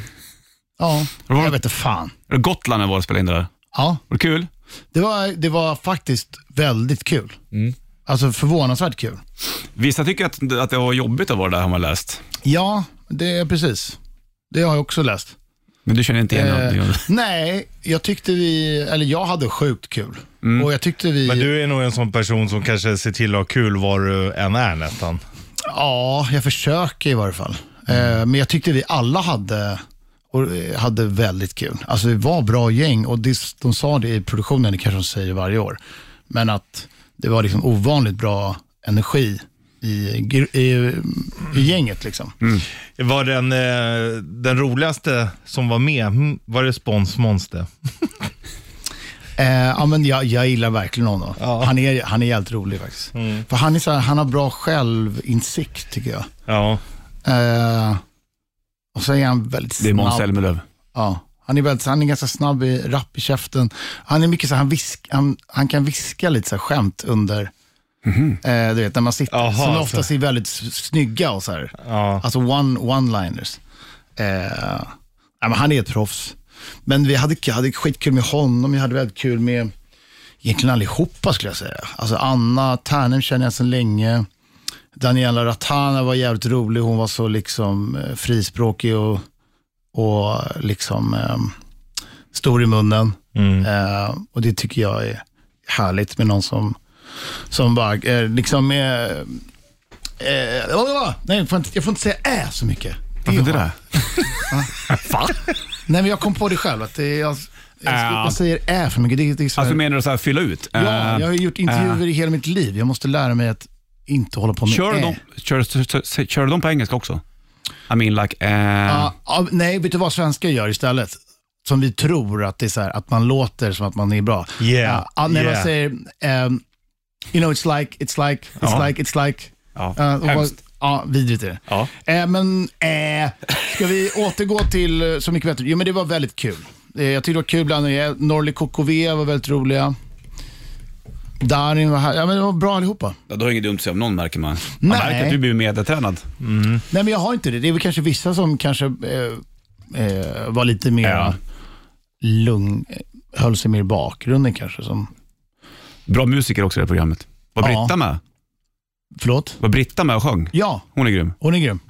[SPEAKER 7] ja,
[SPEAKER 2] var-
[SPEAKER 7] jag vet inte fan.
[SPEAKER 2] Gotland var det spelade in det där.
[SPEAKER 7] Ja,
[SPEAKER 2] Var det kul?
[SPEAKER 7] det var, det var faktiskt väldigt kul.
[SPEAKER 2] Mm.
[SPEAKER 7] Alltså förvånansvärt kul.
[SPEAKER 2] Vissa tycker att, att det var jobbigt att vara där, har man läst.
[SPEAKER 7] Ja, det är precis. Det har jag också läst.
[SPEAKER 2] Men du känner inte igen någonting av
[SPEAKER 7] Eh, <laughs>
[SPEAKER 2] det?
[SPEAKER 7] nej, jag tyckte vi, eller jag hade sjukt kul.
[SPEAKER 2] Mm.
[SPEAKER 7] Och jag tyckte vi...
[SPEAKER 3] Men du är nog en sån person som kanske ser till att ha kul var du än är nästan.
[SPEAKER 7] Ja, jag försöker i varje fall. Eh, Men jag tyckte vi alla hade, och eh, hade väldigt kul. Alltså vi var bra gäng och det, de sa det i produktionen, det kanske de säger varje år, men att det var liksom ovanligt bra energi i, gr- i, i gänget. Liksom.
[SPEAKER 2] Mm.
[SPEAKER 3] Var den, eh, den roligaste som var med, mm, var det Spons Monster?
[SPEAKER 7] Eh, ja, men jag, jag gillar verkligen honom. Han, är, han är jävligt rolig faktiskt.
[SPEAKER 2] Mm.
[SPEAKER 7] För han, är så här, han har bra självinsikt tycker jag.
[SPEAKER 3] Ja.
[SPEAKER 7] Eh, och så är han väldigt snabb.
[SPEAKER 2] Det är Måns Zelmerlöw.
[SPEAKER 7] Ja, han är, väldigt, han är ganska snabb, i, rapp i käften. Han är mycket så här, han, visk, han, han kan viska lite så här skämt under, eh, du vet när man sitter.
[SPEAKER 3] Mhm. Jaha,
[SPEAKER 7] som
[SPEAKER 3] alltså.
[SPEAKER 7] oftast är väldigt s- snygga och så här.
[SPEAKER 3] ja.
[SPEAKER 7] Alltså one- one-liners. eh, ja, men han är ett proffs. Men vi hade, jag hade skitkul med honom, jag hade väldigt kul med egentligen allihopa skulle jag säga. Alltså Anna Ternheim känner jag sedan länge. Daniela Ratana var jävligt rolig, hon var så liksom eh, frispråkig och, och liksom eh, stor i munnen.
[SPEAKER 2] Mm.
[SPEAKER 7] Eh, och det tycker jag är härligt med någon som, som bara eh, liksom är Eh, blablabla. nej, jag får, inte, jag får inte säga ä så mycket. Det är
[SPEAKER 2] Varför inte
[SPEAKER 7] ju-
[SPEAKER 2] det?
[SPEAKER 7] Nej, men jag kom på det själv. Att det, är- jag, jag,
[SPEAKER 2] Äh.
[SPEAKER 7] jag säger ä för mycket. Det, det är så här,
[SPEAKER 2] Alltså menar du så här, fylla ut? Eh,
[SPEAKER 7] ja, jag har ju gjort intervjuer i hela mitt liv. Jag måste lära mig att inte hålla på med
[SPEAKER 2] Kör du
[SPEAKER 7] ä.
[SPEAKER 2] dem, kör, kör, kör de på engelska också? I mean like... eh,
[SPEAKER 7] Ja, ja, nej, vet du vad svenskar gör istället? Som vi tror att det är så här, att man låter som att man är bra.
[SPEAKER 3] Yeah,
[SPEAKER 7] Ja, ja, när
[SPEAKER 3] yeah.
[SPEAKER 7] man säger, ehm, you know it's like, it's like, it's
[SPEAKER 2] Ja.
[SPEAKER 7] like, it's like.
[SPEAKER 2] ja,
[SPEAKER 7] Ja, och vad-
[SPEAKER 2] hemskt.
[SPEAKER 7] ja, vidrigt är det.
[SPEAKER 2] Ja.
[SPEAKER 7] Eh, men eh, ska vi återgå till eh, Så mycket bättre? Jo, men det var väldigt kul. Eh, jag tyckte det var kul bland annat. Norli KKV var väldigt roliga. Darin var här. Ja, men det var bra allihopa.
[SPEAKER 2] Ja, då har inget dumt att säga om någon märker man. Man
[SPEAKER 7] Nej.
[SPEAKER 2] märker att du blir medietränad.
[SPEAKER 7] Nej, men jag har inte det. Det är väl kanske vissa som kanske eh, eh, var lite mer
[SPEAKER 2] Ja.
[SPEAKER 7] lugn, eh, höll sig mer i bakgrunden kanske. Som,
[SPEAKER 2] Bra musiker också i det här programmet. Var
[SPEAKER 7] Ja.
[SPEAKER 2] Britta med?
[SPEAKER 7] förlåt?
[SPEAKER 2] Var Britta med och sjöng?
[SPEAKER 7] Ja,
[SPEAKER 2] Hon är grym.
[SPEAKER 7] hon är grym.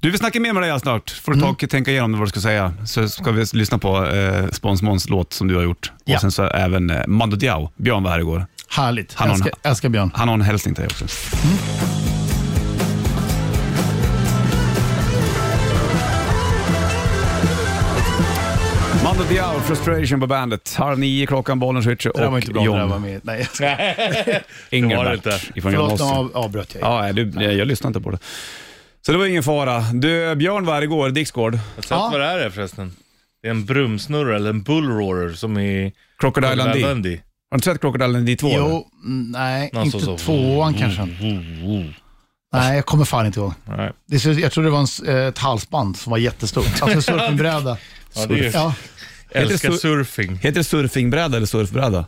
[SPEAKER 2] Du, vi snackar mer med dig här snart. Får du ta
[SPEAKER 7] Mm.
[SPEAKER 2] och tänka igenom vad du ska säga. Så ska vi lyssna på eh, Spons Måns låt som du har gjort. Och
[SPEAKER 7] Ja.
[SPEAKER 2] sen så även eh, Mando Diao. Björn var här igår.
[SPEAKER 7] Härligt.
[SPEAKER 2] Han har en-
[SPEAKER 7] älskar, älskar Björn.
[SPEAKER 2] Han har en hälsning till dig också. Mm. Mando Diao, Frustration på bandet. Halv nio klockan, bollen switcher
[SPEAKER 7] Det där var
[SPEAKER 2] och
[SPEAKER 7] inte bra om det där var
[SPEAKER 2] John
[SPEAKER 7] med. Nej, jag ska,
[SPEAKER 3] Det var det
[SPEAKER 2] Engelbert
[SPEAKER 3] inte.
[SPEAKER 2] ifrån
[SPEAKER 7] förlåt, nu
[SPEAKER 2] John
[SPEAKER 7] av, avbröt jag.
[SPEAKER 2] Ja, nej, du, nej, jag lyssnar inte på det. Så det var ingen fara. Du, Björn var här igår, Dixgård.
[SPEAKER 3] Jag har sett
[SPEAKER 7] Ja.
[SPEAKER 3] vad det här är förresten. Det är en brumsnurra eller en bullroarer som i
[SPEAKER 2] Crocodile Dundee. Har du inte sett Crocodile Dundee 2? eller?
[SPEAKER 7] Jo, mm, nej,
[SPEAKER 3] Någon
[SPEAKER 7] inte
[SPEAKER 3] som Alltså, så- Mm.
[SPEAKER 7] tvåan kanske. Nej, jag kommer fan inte ihåg.
[SPEAKER 3] Nej.
[SPEAKER 7] Det ser, jag tror det var en, s- eh, ett halsband som var jättestort. Alltså en surfingbräda.
[SPEAKER 3] Ja, det är-
[SPEAKER 7] ja,
[SPEAKER 3] Älskar
[SPEAKER 2] Heter sur-
[SPEAKER 3] surfing.
[SPEAKER 2] Heter det surfingbräda eller surfbräda?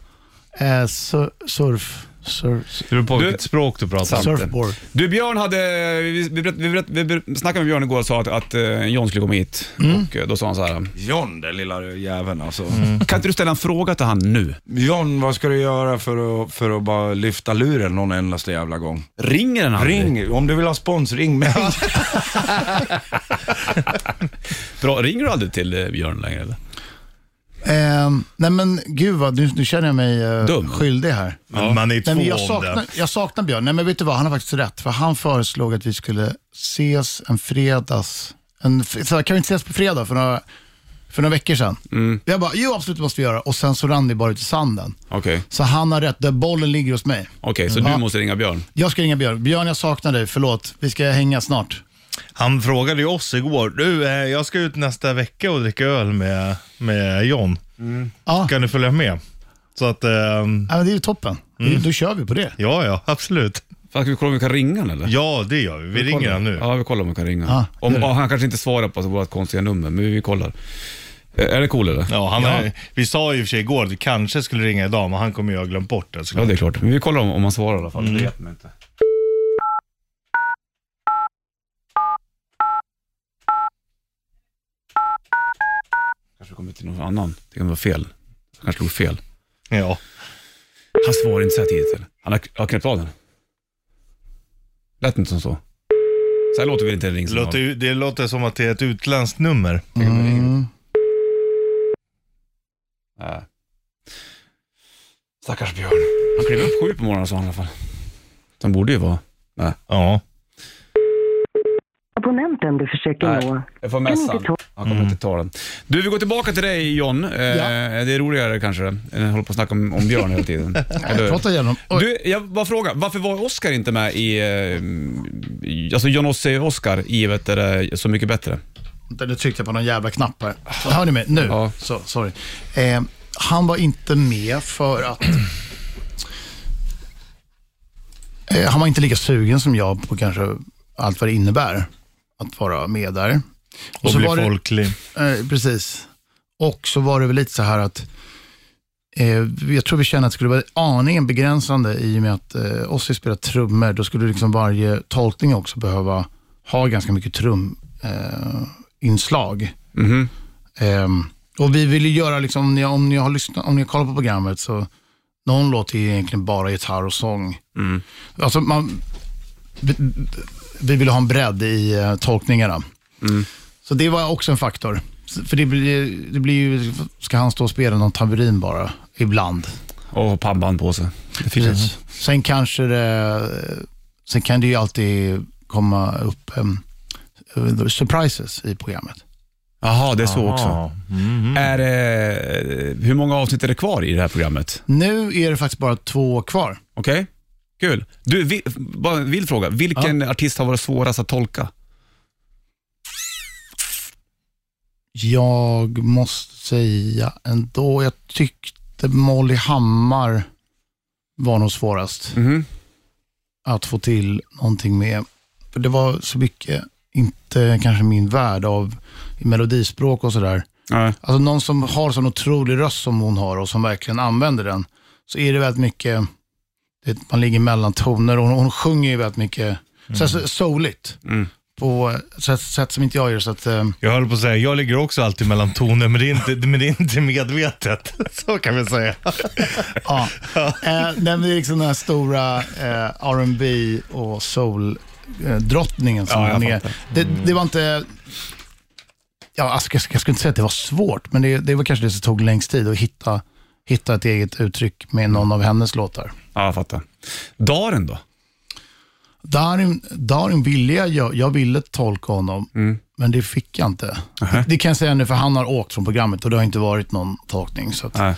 [SPEAKER 7] eh, sur, surf, surf,
[SPEAKER 3] Det beror på
[SPEAKER 2] Du-
[SPEAKER 3] vilket språk du pratar om.
[SPEAKER 7] surfboard.
[SPEAKER 2] Du, Björn hade... Vi, vi, berätt- vi, berätt- vi, ber- snackade med Björn igår och sa att, att eh, John skulle komma hit. Och eh, då sa han så här.
[SPEAKER 9] John, den lilla jäveln alltså.
[SPEAKER 2] Kan inte du ställa en fråga till han nu?
[SPEAKER 9] John, vad ska du göra för att, för att bara lyfta luren någon endaste jävla gång?
[SPEAKER 2] Ringer den aldrig?
[SPEAKER 9] Ring, om du vill ha spons, <laughs> ring mig.
[SPEAKER 2] Bra, ringer du aldrig till eh, Björn längre eller?
[SPEAKER 7] Eh, nej men gud vad, nu, nu känner jag mig eh,
[SPEAKER 2] Dum.
[SPEAKER 7] skyldig här.
[SPEAKER 3] Men Man är två
[SPEAKER 7] Nej, men jag,
[SPEAKER 3] om det.
[SPEAKER 7] saknar, jag saknar Björn. Nej men vet du vad, han har faktiskt rätt. För han föreslog att vi skulle ses en fredags... En, fr- så här, kan vi inte ses på fredag för några, för några veckor sedan?
[SPEAKER 3] Mm.
[SPEAKER 7] Jag bara, jo absolut det måste vi göra. Och sen så rann det bara ut i sanden.
[SPEAKER 2] Okej,
[SPEAKER 7] Så han har rätt, där bollen ligger hos mig.
[SPEAKER 2] Okej, så
[SPEAKER 7] Ja.
[SPEAKER 2] du måste ringa Björn.
[SPEAKER 7] Jag ska ringa Björn. Björn, jag saknar dig. Förlåt. Vi ska hänga snart.
[SPEAKER 3] Han frågade ju oss igår, du eh, jag ska ut nästa vecka och dricka öl med, med John.
[SPEAKER 7] Ja,
[SPEAKER 3] Kan du följa med? Så att, ehm,
[SPEAKER 7] Ja, men det är ju toppen.
[SPEAKER 3] Mm.
[SPEAKER 7] Då kör vi på det.
[SPEAKER 3] ja ja, absolut.
[SPEAKER 2] Fan, ska vi kolla om vi kan ringa honom eller?
[SPEAKER 3] Ja, det gör vi. Vi ringer han nu.
[SPEAKER 2] Ja, vi kollar om vi kan ringa
[SPEAKER 7] Ja,
[SPEAKER 2] om,
[SPEAKER 7] gör det.
[SPEAKER 2] ja, Han kanske inte svarar på vårt konstiga nummer, men vi kollar. Eh, Är det cool eller?
[SPEAKER 3] Ja, han Är, vi sa ju i och för sig igår att vi kanske skulle ringa idag, men han kommer ju ha glömt bort det.
[SPEAKER 2] Ja,
[SPEAKER 3] såklart.
[SPEAKER 2] det är klart. Men vi kollar om, om han svarar i alla fall.
[SPEAKER 3] Mm.
[SPEAKER 2] Det vet man inte. Kanske kommer till någon annan. Det kan vara fel. Det kanske låg fel.
[SPEAKER 3] Ja.
[SPEAKER 2] Han svarar inte så här tidigt eller? Han har, har knäppt av den. Lät inte som så. Så här låter väl inte en
[SPEAKER 3] Det,
[SPEAKER 2] ringsignal?
[SPEAKER 3] låter, ju- det låter som att det är ett utländskt nummer.
[SPEAKER 7] Mm.
[SPEAKER 2] Nej. Stackars Björn. Han klev upp sju på morgonen sa han i alla fall. Den borde ju vara... Nej.
[SPEAKER 3] Ja.
[SPEAKER 10] Abonnenten du försöker nå.
[SPEAKER 2] Jag får mässan.
[SPEAKER 10] ta-
[SPEAKER 2] Han kommer inte ta den. Du, vi går tillbaka till dig John. Eh, Det är roligare kanske än att hålla på och snacka om, om Björn hela <laughs> tiden. Eller hur?
[SPEAKER 7] Prata igenom. Oj,
[SPEAKER 2] Du, jag bara frågar. Varför var Oscar inte med i... eh, i- Alltså John Ossie Oscar i vet du, det, Så mycket bättre?
[SPEAKER 7] vänta, nu tryckte jag på någon jävla knapp här. Så, hör ni mig? Nu.
[SPEAKER 2] Ja.
[SPEAKER 7] Så, sorry. Eh, han var inte med för att... Eh, han var inte lika sugen som jag på kanske allt vad det innebär att vara med där. Och,
[SPEAKER 3] Och bli
[SPEAKER 7] var det-
[SPEAKER 3] folklig.
[SPEAKER 7] Eh, precis. Och så var det väl lite så här att eh, jag tror vi kände att det skulle vara aningen begränsande i och med att eh, Ossi spelar trummor. Då skulle liksom varje tolkning också behöva ha ganska mycket truminslag. Eh, inslag. Ehm, och vi ville göra, liksom, om, ni, om, ni har lyssnat, om ni har kollat på programmet, så någon låt är egentligen bara gitarr och sång. Alltså man, vi, vi ville ha en bredd i eh, tolkningarna. Så det var också en faktor. S- För det blir, det blir ju, ska han stå och spela någon tamburin bara, ibland.
[SPEAKER 2] Och pannband på sig. Det finns
[SPEAKER 7] Precis. Sen kanske det, sen kan det ju alltid komma upp em, eh, surprises i programmet.
[SPEAKER 2] Jaha, det är så också.
[SPEAKER 3] Ja. Mhm.
[SPEAKER 2] Är, det- hur många avsnitt är det kvar i det här programmet?
[SPEAKER 7] Nu är det faktiskt bara två kvar.
[SPEAKER 2] Okej, kul. Du, vi, bara en vild fråga. Vilken artist har varit svårast att tolka?
[SPEAKER 7] Jag måste säga ändå, jag tyckte Molly Hammar var nog svårast
[SPEAKER 2] Mhm.
[SPEAKER 7] att få till någonting med. För det var så mycket, inte kanske min värld av melodispråk och sådär.
[SPEAKER 2] Nej.
[SPEAKER 7] Alltså någon som har sån otrolig röst som hon har och som verkligen använder den, så är det väldigt mycket, du vet, man ligger mellan toner och hon, hon sjunger ju väldigt mycket, så, så, souligt. På ett sätt, sätt som inte jag gör. Så att, eh,
[SPEAKER 3] Jag höll på att säga, jag ligger också alltid mellan toner, men det är inte, men det är inte medvetet. <laughs> Så kan vi säga.
[SPEAKER 7] Ja.
[SPEAKER 2] <laughs>
[SPEAKER 7] Eh, nej, men det är liksom den här stora eh, R&B och soul-drottningen som
[SPEAKER 2] Ja, jag Mm.
[SPEAKER 7] hon är. Det, det var inte... Ja, alltså, jag, ska, jag skulle inte säga att det var svårt, men det, det var kanske det som tog längst tid att hitta, hitta ett eget uttryck med någon av hennes låtar.
[SPEAKER 2] Ja, jag fattar. Daren då?
[SPEAKER 7] Darin, Darin ville jag, gö- jag ville tolka honom,
[SPEAKER 2] Mm.
[SPEAKER 7] men det fick jag inte. Det kan jag säga nu, för han har åkt från programmet och det har inte varit någon tolkning. Så att,
[SPEAKER 2] Nej.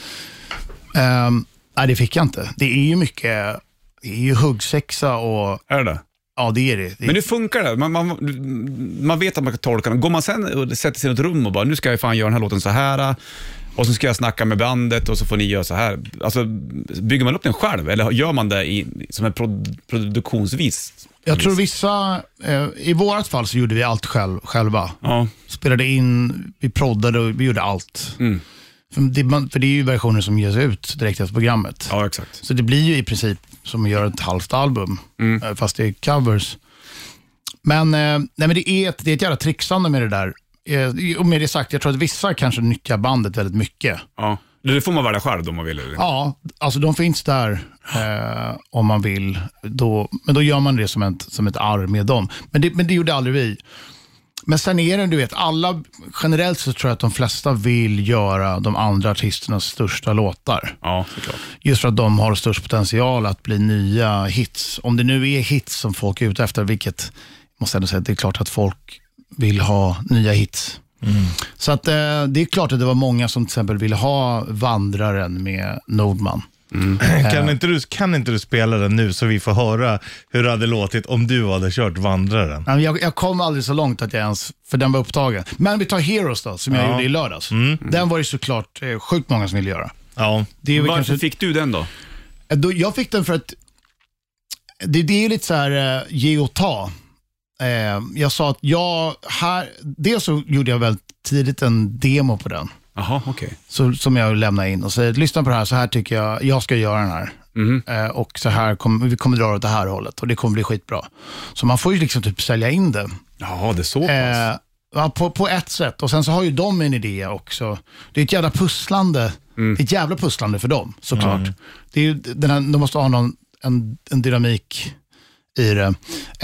[SPEAKER 7] Ehm, nej, det fick jag inte. Det är ju mycket, det är ju huggsexa och
[SPEAKER 2] Är det det
[SPEAKER 7] ja, det är det. det
[SPEAKER 2] Men hur funkar det? Man, man, man vet att man kan tolka den. Går man sen och sätter sig i ett rum och bara, nu ska jag fan göra den här låten så här och så ska jag snacka med bandet och så får ni göra så här. Alltså, bygger man upp den själv eller gör man det i, som en prod, produktionsvis?
[SPEAKER 7] jag tror vissa, eh, i vårat fall så gjorde vi allt själv, själva.
[SPEAKER 2] Ja.
[SPEAKER 7] Spelade in, vi proddade och vi gjorde allt.
[SPEAKER 2] Mm.
[SPEAKER 7] För, det, man, för det är ju versioner som ges ut direkt efter programmet.
[SPEAKER 2] ja, exakt.
[SPEAKER 7] Så det blir ju i princip som att göra ett halvt album,
[SPEAKER 2] Mm.
[SPEAKER 7] eh, fast det är covers. Men, eh, nej, men det, är ett, det är ett jävla trixande med det där. Eh, Och med det sagt, jag tror att vissa kanske nyttjar bandet väldigt mycket.
[SPEAKER 2] Ja. Det får man välja själv om man vill. eller?
[SPEAKER 7] Ja, alltså de finns där eh, om man vill. Då, men då gör man det som ett, som ett arv med dem. Men det, men det gjorde aldrig vi. Men sen är det, du vet, alla, generellt så tror jag att de flesta vill göra de andra artisternas största låtar.
[SPEAKER 2] Ja, såklart.
[SPEAKER 7] Just för att de har störst potential att bli nya hits. Om det nu är hits som folk är ute efter, vilket jag måste jag ändå säga, det är klart att folk vill ha nya hits. Så att, eh, det är klart att det var många som till exempel ville ha Vandraren med Nordman.
[SPEAKER 2] Eh.
[SPEAKER 3] Kan inte, du, kan inte du spela den nu så vi får höra hur det hade låtit om du hade kört Vandraren?
[SPEAKER 7] Nej, men Jag, jag kom aldrig så långt att jag ens, för den var upptagen. Men vi tar Heroes då, som jag gjorde i lördags. Den var det såklart eh, sjukt många som ville göra.
[SPEAKER 3] Ja.
[SPEAKER 7] Det är väl
[SPEAKER 2] Varför
[SPEAKER 7] kanske,
[SPEAKER 2] fick du den då?
[SPEAKER 7] Eh, då, jag fick den för att det, det är ju lite så här eh, ge och ta. Eh, jag sa att jag, här, dels så gjorde jag väldigt tidigt en demo på den.
[SPEAKER 2] Jaha, okej.
[SPEAKER 7] så, som jag lämnar in och säger, lyssna på det här, så här tycker jag, jag ska göra den här. Eh, och så här kommer vi kommer dra åt det här hållet och det kommer bli skitbra. Så man får ju liksom typ sälja in det.
[SPEAKER 2] Jaha, det är så pass.
[SPEAKER 7] Eh, ja, på, på ett sätt och sen så har ju de en idé också. Det är ett jävla pusslande,
[SPEAKER 2] Mm.
[SPEAKER 7] det är ett jävla pusslande för dem såklart. Det är ju den här, de måste ha någon, en, en dynamik i det.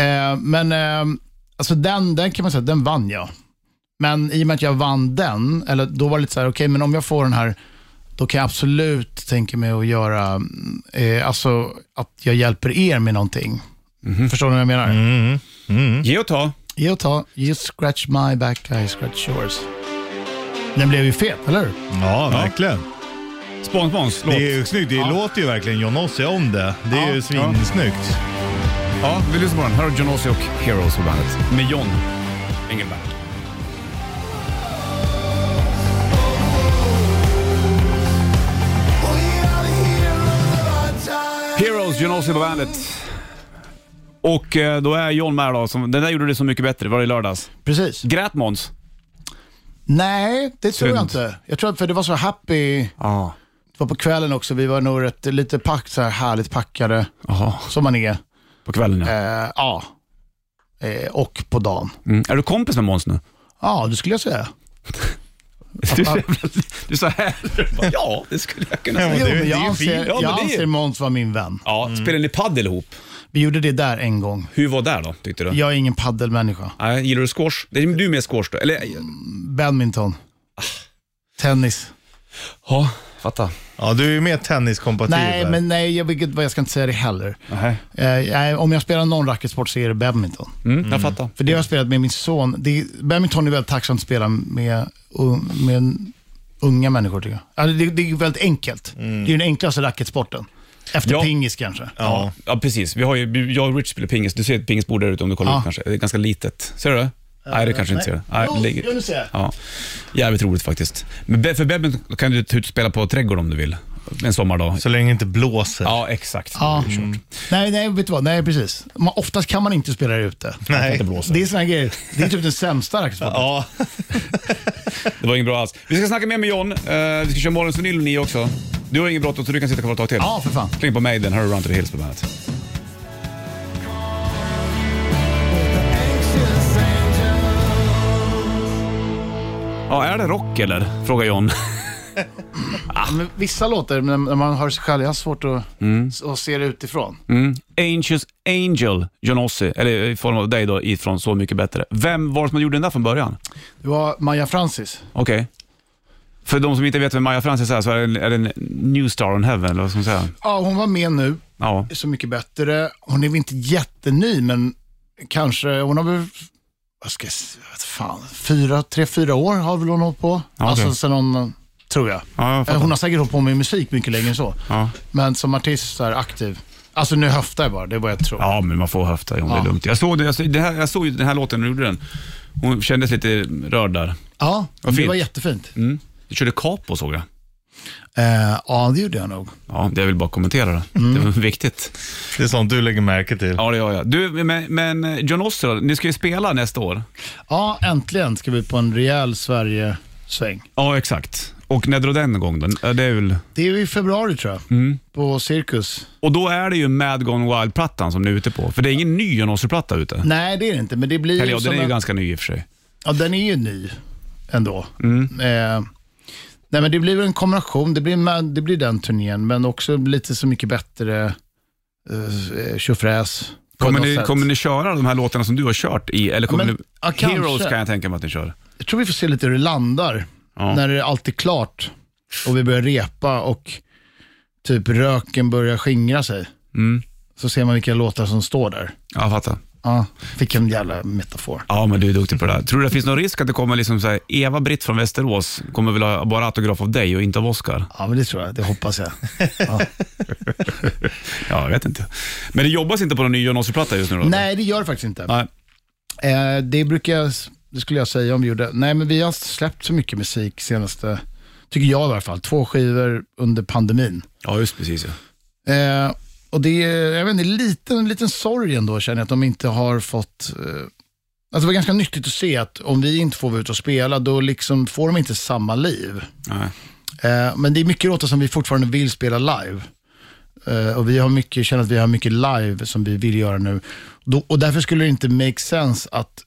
[SPEAKER 7] Eh, men eh, alltså den, den kan man säga, den vann jag. Men i och med att jag vann den, eller då var det lite så här, okej, men om jag får den här, då kan jag absolut tänka mig att göra, mm, eh, alltså att jag hjälper er med någonting.
[SPEAKER 2] Mhm.
[SPEAKER 7] Förstår ni vad jag menar?
[SPEAKER 2] Ge och ta.
[SPEAKER 7] Ge och ta, you scratch my back, I scratch yours. Den blev ju fet, eller hur?
[SPEAKER 3] ja, verkligen.
[SPEAKER 2] Spånspåns, låt.
[SPEAKER 3] Det är ju snyggt. Det låter ju verkligen John Ossie om det. Det är
[SPEAKER 2] Ja.
[SPEAKER 3] ju svinsnyggt.
[SPEAKER 2] Ja, vi lyssnar på den. Här har John Ossie och Heroes på bandet. Med John Engelberg. Heroes, John Ossie på bandet. Och eh, då är John med då. Som, den där gjorde du Så Mycket Bättre, var det i lördags?
[SPEAKER 7] Precis.
[SPEAKER 2] Grät Måns?
[SPEAKER 7] Nej, det tror jag
[SPEAKER 2] Synd.
[SPEAKER 7] inte. Jag tror att för det var så happy, det
[SPEAKER 2] Ja.
[SPEAKER 7] var på kvällen också, vi var nog rätt, lite pack, så här härligt packade,
[SPEAKER 2] Jaha,
[SPEAKER 7] som man är.
[SPEAKER 2] på kvällen ja.
[SPEAKER 7] Eh, ja. Eh, och på dagen.
[SPEAKER 2] Mm. Är du kompis med Måns nu?
[SPEAKER 7] Ja, det skulle jag säga.
[SPEAKER 2] Du, du sa här. <laughs> Ja, det skulle jag kunna
[SPEAKER 3] Ja, men
[SPEAKER 2] säga.
[SPEAKER 3] det-
[SPEAKER 7] Jo, men
[SPEAKER 3] det är
[SPEAKER 7] jag
[SPEAKER 3] ju
[SPEAKER 7] anser,
[SPEAKER 3] fint.
[SPEAKER 2] Ja, men
[SPEAKER 7] jag
[SPEAKER 2] det är-
[SPEAKER 7] anser Måns vara min vän.
[SPEAKER 2] Ja, spelade ni padel ihop?
[SPEAKER 7] Vi gjorde det där en gång.
[SPEAKER 2] Hur var det då, tyckte du?
[SPEAKER 7] Jag är ingen paddelmänniska.
[SPEAKER 2] Nej, gillar du squash? Det är du med squash då? Eller?
[SPEAKER 7] Badminton.
[SPEAKER 3] Ah.
[SPEAKER 7] Tennis.
[SPEAKER 2] Ja, fatta.
[SPEAKER 3] Ja, du är ju mer tenniskompatibel.
[SPEAKER 7] Nej, men nej, jag, vilket, jag ska inte säga det heller.
[SPEAKER 2] Nej.
[SPEAKER 7] Eh, nej, om jag spelar någon racketsport så är det badminton.
[SPEAKER 2] Mm, Jag fattar.
[SPEAKER 7] För det har jag spelat med min son. Det, badminton är väldigt tacksamt att spela med, med unga människor tycker jag. Alltså, det, det är väldigt enkelt.
[SPEAKER 3] Mm.
[SPEAKER 7] Det är den enklaste racketsporten. Efter
[SPEAKER 2] Ja.
[SPEAKER 7] pingis kanske.
[SPEAKER 2] Ja. ja, precis. Vi har ju, jag och Rich spelar pingis. Du ser ett pingisbord där ute om du kollar
[SPEAKER 7] Ja.
[SPEAKER 2] upp kanske. Det är ganska litet. Ser du det? Nej, det kanske inte ser det. Nej,
[SPEAKER 7] Jo,
[SPEAKER 2] det ligger-
[SPEAKER 7] jo, nu ser jag.
[SPEAKER 2] Ja, jävligt roligt faktiskt. Men be- för badminton kan du ta ut och spela på trädgården om du vill. En sommardag.
[SPEAKER 3] Så länge det inte blåser.
[SPEAKER 2] Ja, exakt.
[SPEAKER 7] Ja. Nej, nej, vet du vad? Nej, precis. Man, oftast kan man inte spela det ute.
[SPEAKER 3] Nej.
[SPEAKER 7] Det är såna här grejer. Det är typ den sämsta racketsporten.
[SPEAKER 3] Ja.
[SPEAKER 2] Det var inget bra alls. Vi ska snacka mer med John. Eh, vi ska köra morgonens vinyl ni också. Du har inget bråttom så du kan sitta kvar ett tag till.
[SPEAKER 7] Ja, för fan.
[SPEAKER 2] Kling på Maiden, Hör Run to the Hills på bandet. Ja, är det rock eller? Frågar John.
[SPEAKER 7] Men vissa låtar, när när man hör sig själv, jag har svårt att,
[SPEAKER 2] Mm.
[SPEAKER 7] att se det utifrån.
[SPEAKER 2] Angels Angel, John Ossie, eller i form av dig då, ifrån Så Mycket Bättre. Vem var det som gjorde den där från början?
[SPEAKER 7] Det var Maja Francis.
[SPEAKER 2] Okej. För de som inte vet vem Maja Francis är, så är det en, är det en new star on heaven, eller vad ska man säga?
[SPEAKER 7] Ja, hon var med nu,
[SPEAKER 2] Ja.
[SPEAKER 7] Så mycket bättre. Hon är väl inte jätteny, men kanske, hon har väl, vad ska jag säga, vad fan, fyra, tre, fyra år har väl hon hållit på.
[SPEAKER 2] Ja,
[SPEAKER 7] alltså
[SPEAKER 2] okej.
[SPEAKER 7] sen hon, tror jag.
[SPEAKER 2] Ja, jag
[SPEAKER 7] Eller
[SPEAKER 2] fattar.
[SPEAKER 7] hon har säkert hållit på med musik mycket längre än så.
[SPEAKER 2] Ja.
[SPEAKER 7] Men som artist, så här, aktiv. Alltså nu höftar jag bara, det är vad jag tror.
[SPEAKER 2] Ja, men man får höfta om det är
[SPEAKER 7] Ja.
[SPEAKER 2] lugnt. Jag såg, det, jag, såg, det här, jag såg ju den här låten när du gjorde den. Hon kändes lite rörd där.
[SPEAKER 7] Ja,
[SPEAKER 2] Vad
[SPEAKER 7] det
[SPEAKER 2] fint.
[SPEAKER 7] var jättefint.
[SPEAKER 2] Mm. Du körde capo såg jag.
[SPEAKER 7] Eh, ja, det gjorde jag nog.
[SPEAKER 2] Ja, det jag vill bara kommentera det.
[SPEAKER 7] Mm.
[SPEAKER 2] Det var viktigt.
[SPEAKER 3] Det är sånt du lägger märke till.
[SPEAKER 2] Ja, det gör jag. Du, men, men John Ossie då? ni ska ju spela nästa år.
[SPEAKER 7] Ja, äntligen ska vi på en rejäl Sverige-sväng.
[SPEAKER 2] Ja, exakt. Och när drar den igång då? Ja, Det är väl...
[SPEAKER 7] Det är ju i februari tror jag,
[SPEAKER 2] Mm.
[SPEAKER 7] på Cirkus.
[SPEAKER 2] Och då är det ju Mad Gone Wild-plattan som ni är ute på. För det är ingen ny John Ossie-platta ute.
[SPEAKER 7] Nej, det är det inte, men det blir
[SPEAKER 2] Eller ja,
[SPEAKER 7] som
[SPEAKER 2] den är ju
[SPEAKER 7] en-
[SPEAKER 2] ganska ny i och för sig.
[SPEAKER 7] Ja, den är ju ny ändå.
[SPEAKER 2] Mm.
[SPEAKER 7] Eh, nej, men det blir väl en kombination. Det blir, ma- det blir den turnén, men också lite så mycket bättre eh, tjofräs. på
[SPEAKER 2] Kommer
[SPEAKER 7] något
[SPEAKER 2] ni,
[SPEAKER 7] sätt.
[SPEAKER 2] kommer ni köra de här låtarna som du har kört i? Eller kommer
[SPEAKER 7] men-
[SPEAKER 2] ni...
[SPEAKER 7] ja, kanske.
[SPEAKER 2] Heroes kan jag tänka mig att ni kör.
[SPEAKER 7] Jag tror vi får se lite hur det landar.
[SPEAKER 2] Ja.
[SPEAKER 7] När det är allt är klart och vi börjar repa och typ röken börjar skingra sig.
[SPEAKER 2] Mm.
[SPEAKER 7] Så ser man vilka låtar som står där.
[SPEAKER 2] Ja, jag fattar.
[SPEAKER 7] Ja, fick en jävla metafor.
[SPEAKER 2] Ja, men du är duktig på det där. Tror du det finns någon risk att det kommer liksom så här, Eva-Britt från Västerås kommer vilja ha bara autograf av dig och inte av Oscar?
[SPEAKER 7] Ja, men det tror jag. Det hoppas jag.
[SPEAKER 2] Ja, jag vet inte. Men det jobbas inte på någon ny John Ossie-platta just nu då?
[SPEAKER 7] Nej, det gör det faktiskt inte.
[SPEAKER 2] Nej.
[SPEAKER 7] Eh, det brukar jag, det skulle jag säga om vi gjorde. Nej, men vi har släppt så mycket musik senaste, Tycker jag i alla fall. Två skivor under pandemin.
[SPEAKER 2] Ja, just precis. Ja.
[SPEAKER 7] Eh, och det är, jag vet inte, liten, en liten sorg ändå känner jag att de inte har fått... Eh, alltså det var ganska nyttigt att se att om vi inte får vara ute och spela, då liksom får de inte samma liv.
[SPEAKER 2] Nej.
[SPEAKER 7] Eh, men det är mycket låtar som vi fortfarande vill spela live. Eh, och vi har mycket, känner att vi har mycket live som vi vill göra nu. Då, och därför skulle det inte make sense att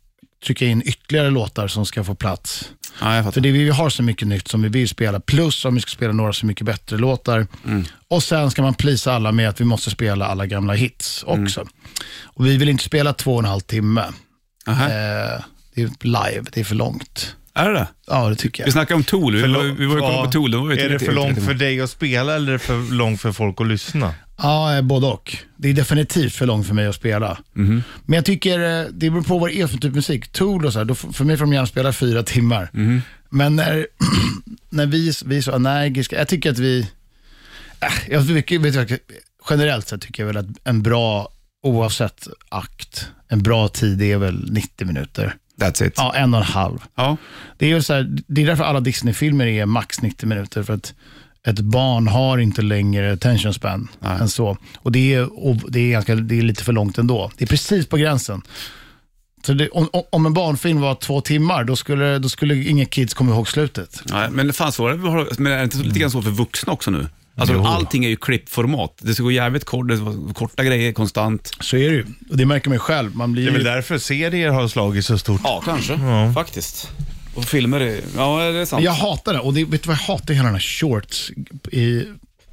[SPEAKER 7] trycka in ytterligare låtar som ska få plats.
[SPEAKER 2] Nej, jag
[SPEAKER 7] För
[SPEAKER 2] fattar.
[SPEAKER 7] det, vi har så mycket nytt som vi vill spela, plus om vi ska spela några så mycket bättre låtar. Och sen ska man plisa alla med att vi måste spela alla gamla hits också. Och vi vill inte spela två och en halv timme.
[SPEAKER 2] Aha.
[SPEAKER 7] Eh, det är live, det är för långt.
[SPEAKER 2] Är det det
[SPEAKER 7] Ja, det tycker
[SPEAKER 2] Vi
[SPEAKER 7] jag.
[SPEAKER 2] snackade om Tool. Vi, var- vi var ju kollade
[SPEAKER 3] Ja,
[SPEAKER 2] på Tool. Då var vi
[SPEAKER 3] Är det
[SPEAKER 2] tre-
[SPEAKER 3] för långt
[SPEAKER 2] tre-
[SPEAKER 3] för dig att spela eller är det för långt för folk att lyssna?
[SPEAKER 7] Ja, eh, både och. Det är definitivt för långt för mig att spela. Men jag tycker, eh, det beror på vad det är för typ musik. Tool och så här, då, f- för mig får de gärna spela fyra timmar. Men när, <clears throat> när vi, vi är så energiska, jag tycker att vi, äh, jag tycker, vet jag, generellt sett tycker jag väl att en bra, oavsett akt, en bra tid är väl 90 minuter.
[SPEAKER 2] That's it.
[SPEAKER 7] Ja, en och en halv.
[SPEAKER 2] Ja.
[SPEAKER 7] Det är, ju så här, det är därför alla Disney-filmer är max 90 minuter. För att ett barn har inte längre attention span än så. Och det är, och det, är ganska, det är lite för långt ändå. Det är precis på gränsen. Så det, om, om- om en barnfilm var två timmar, då skulle, då skulle inga kids komma ihåg slutet.
[SPEAKER 2] Nej, men fan svårare. vi har- Men är det inte så- lite grann så för vuxna också nu? Alltså, allting är ju klippformat. Det ska gå jävligt kort, det ska vara korta grejer konstant.
[SPEAKER 7] Så är det ju. Och det märker man ju själv. Man blir
[SPEAKER 3] Det är väl
[SPEAKER 7] ju,
[SPEAKER 3] därför serier har slagit så stort.
[SPEAKER 2] Ja, kanske. Faktiskt. Och filmer är... Ja, det är sant.
[SPEAKER 7] jag hatar det. Och det, vet du vad jag hatar? i Hela den här shorts i,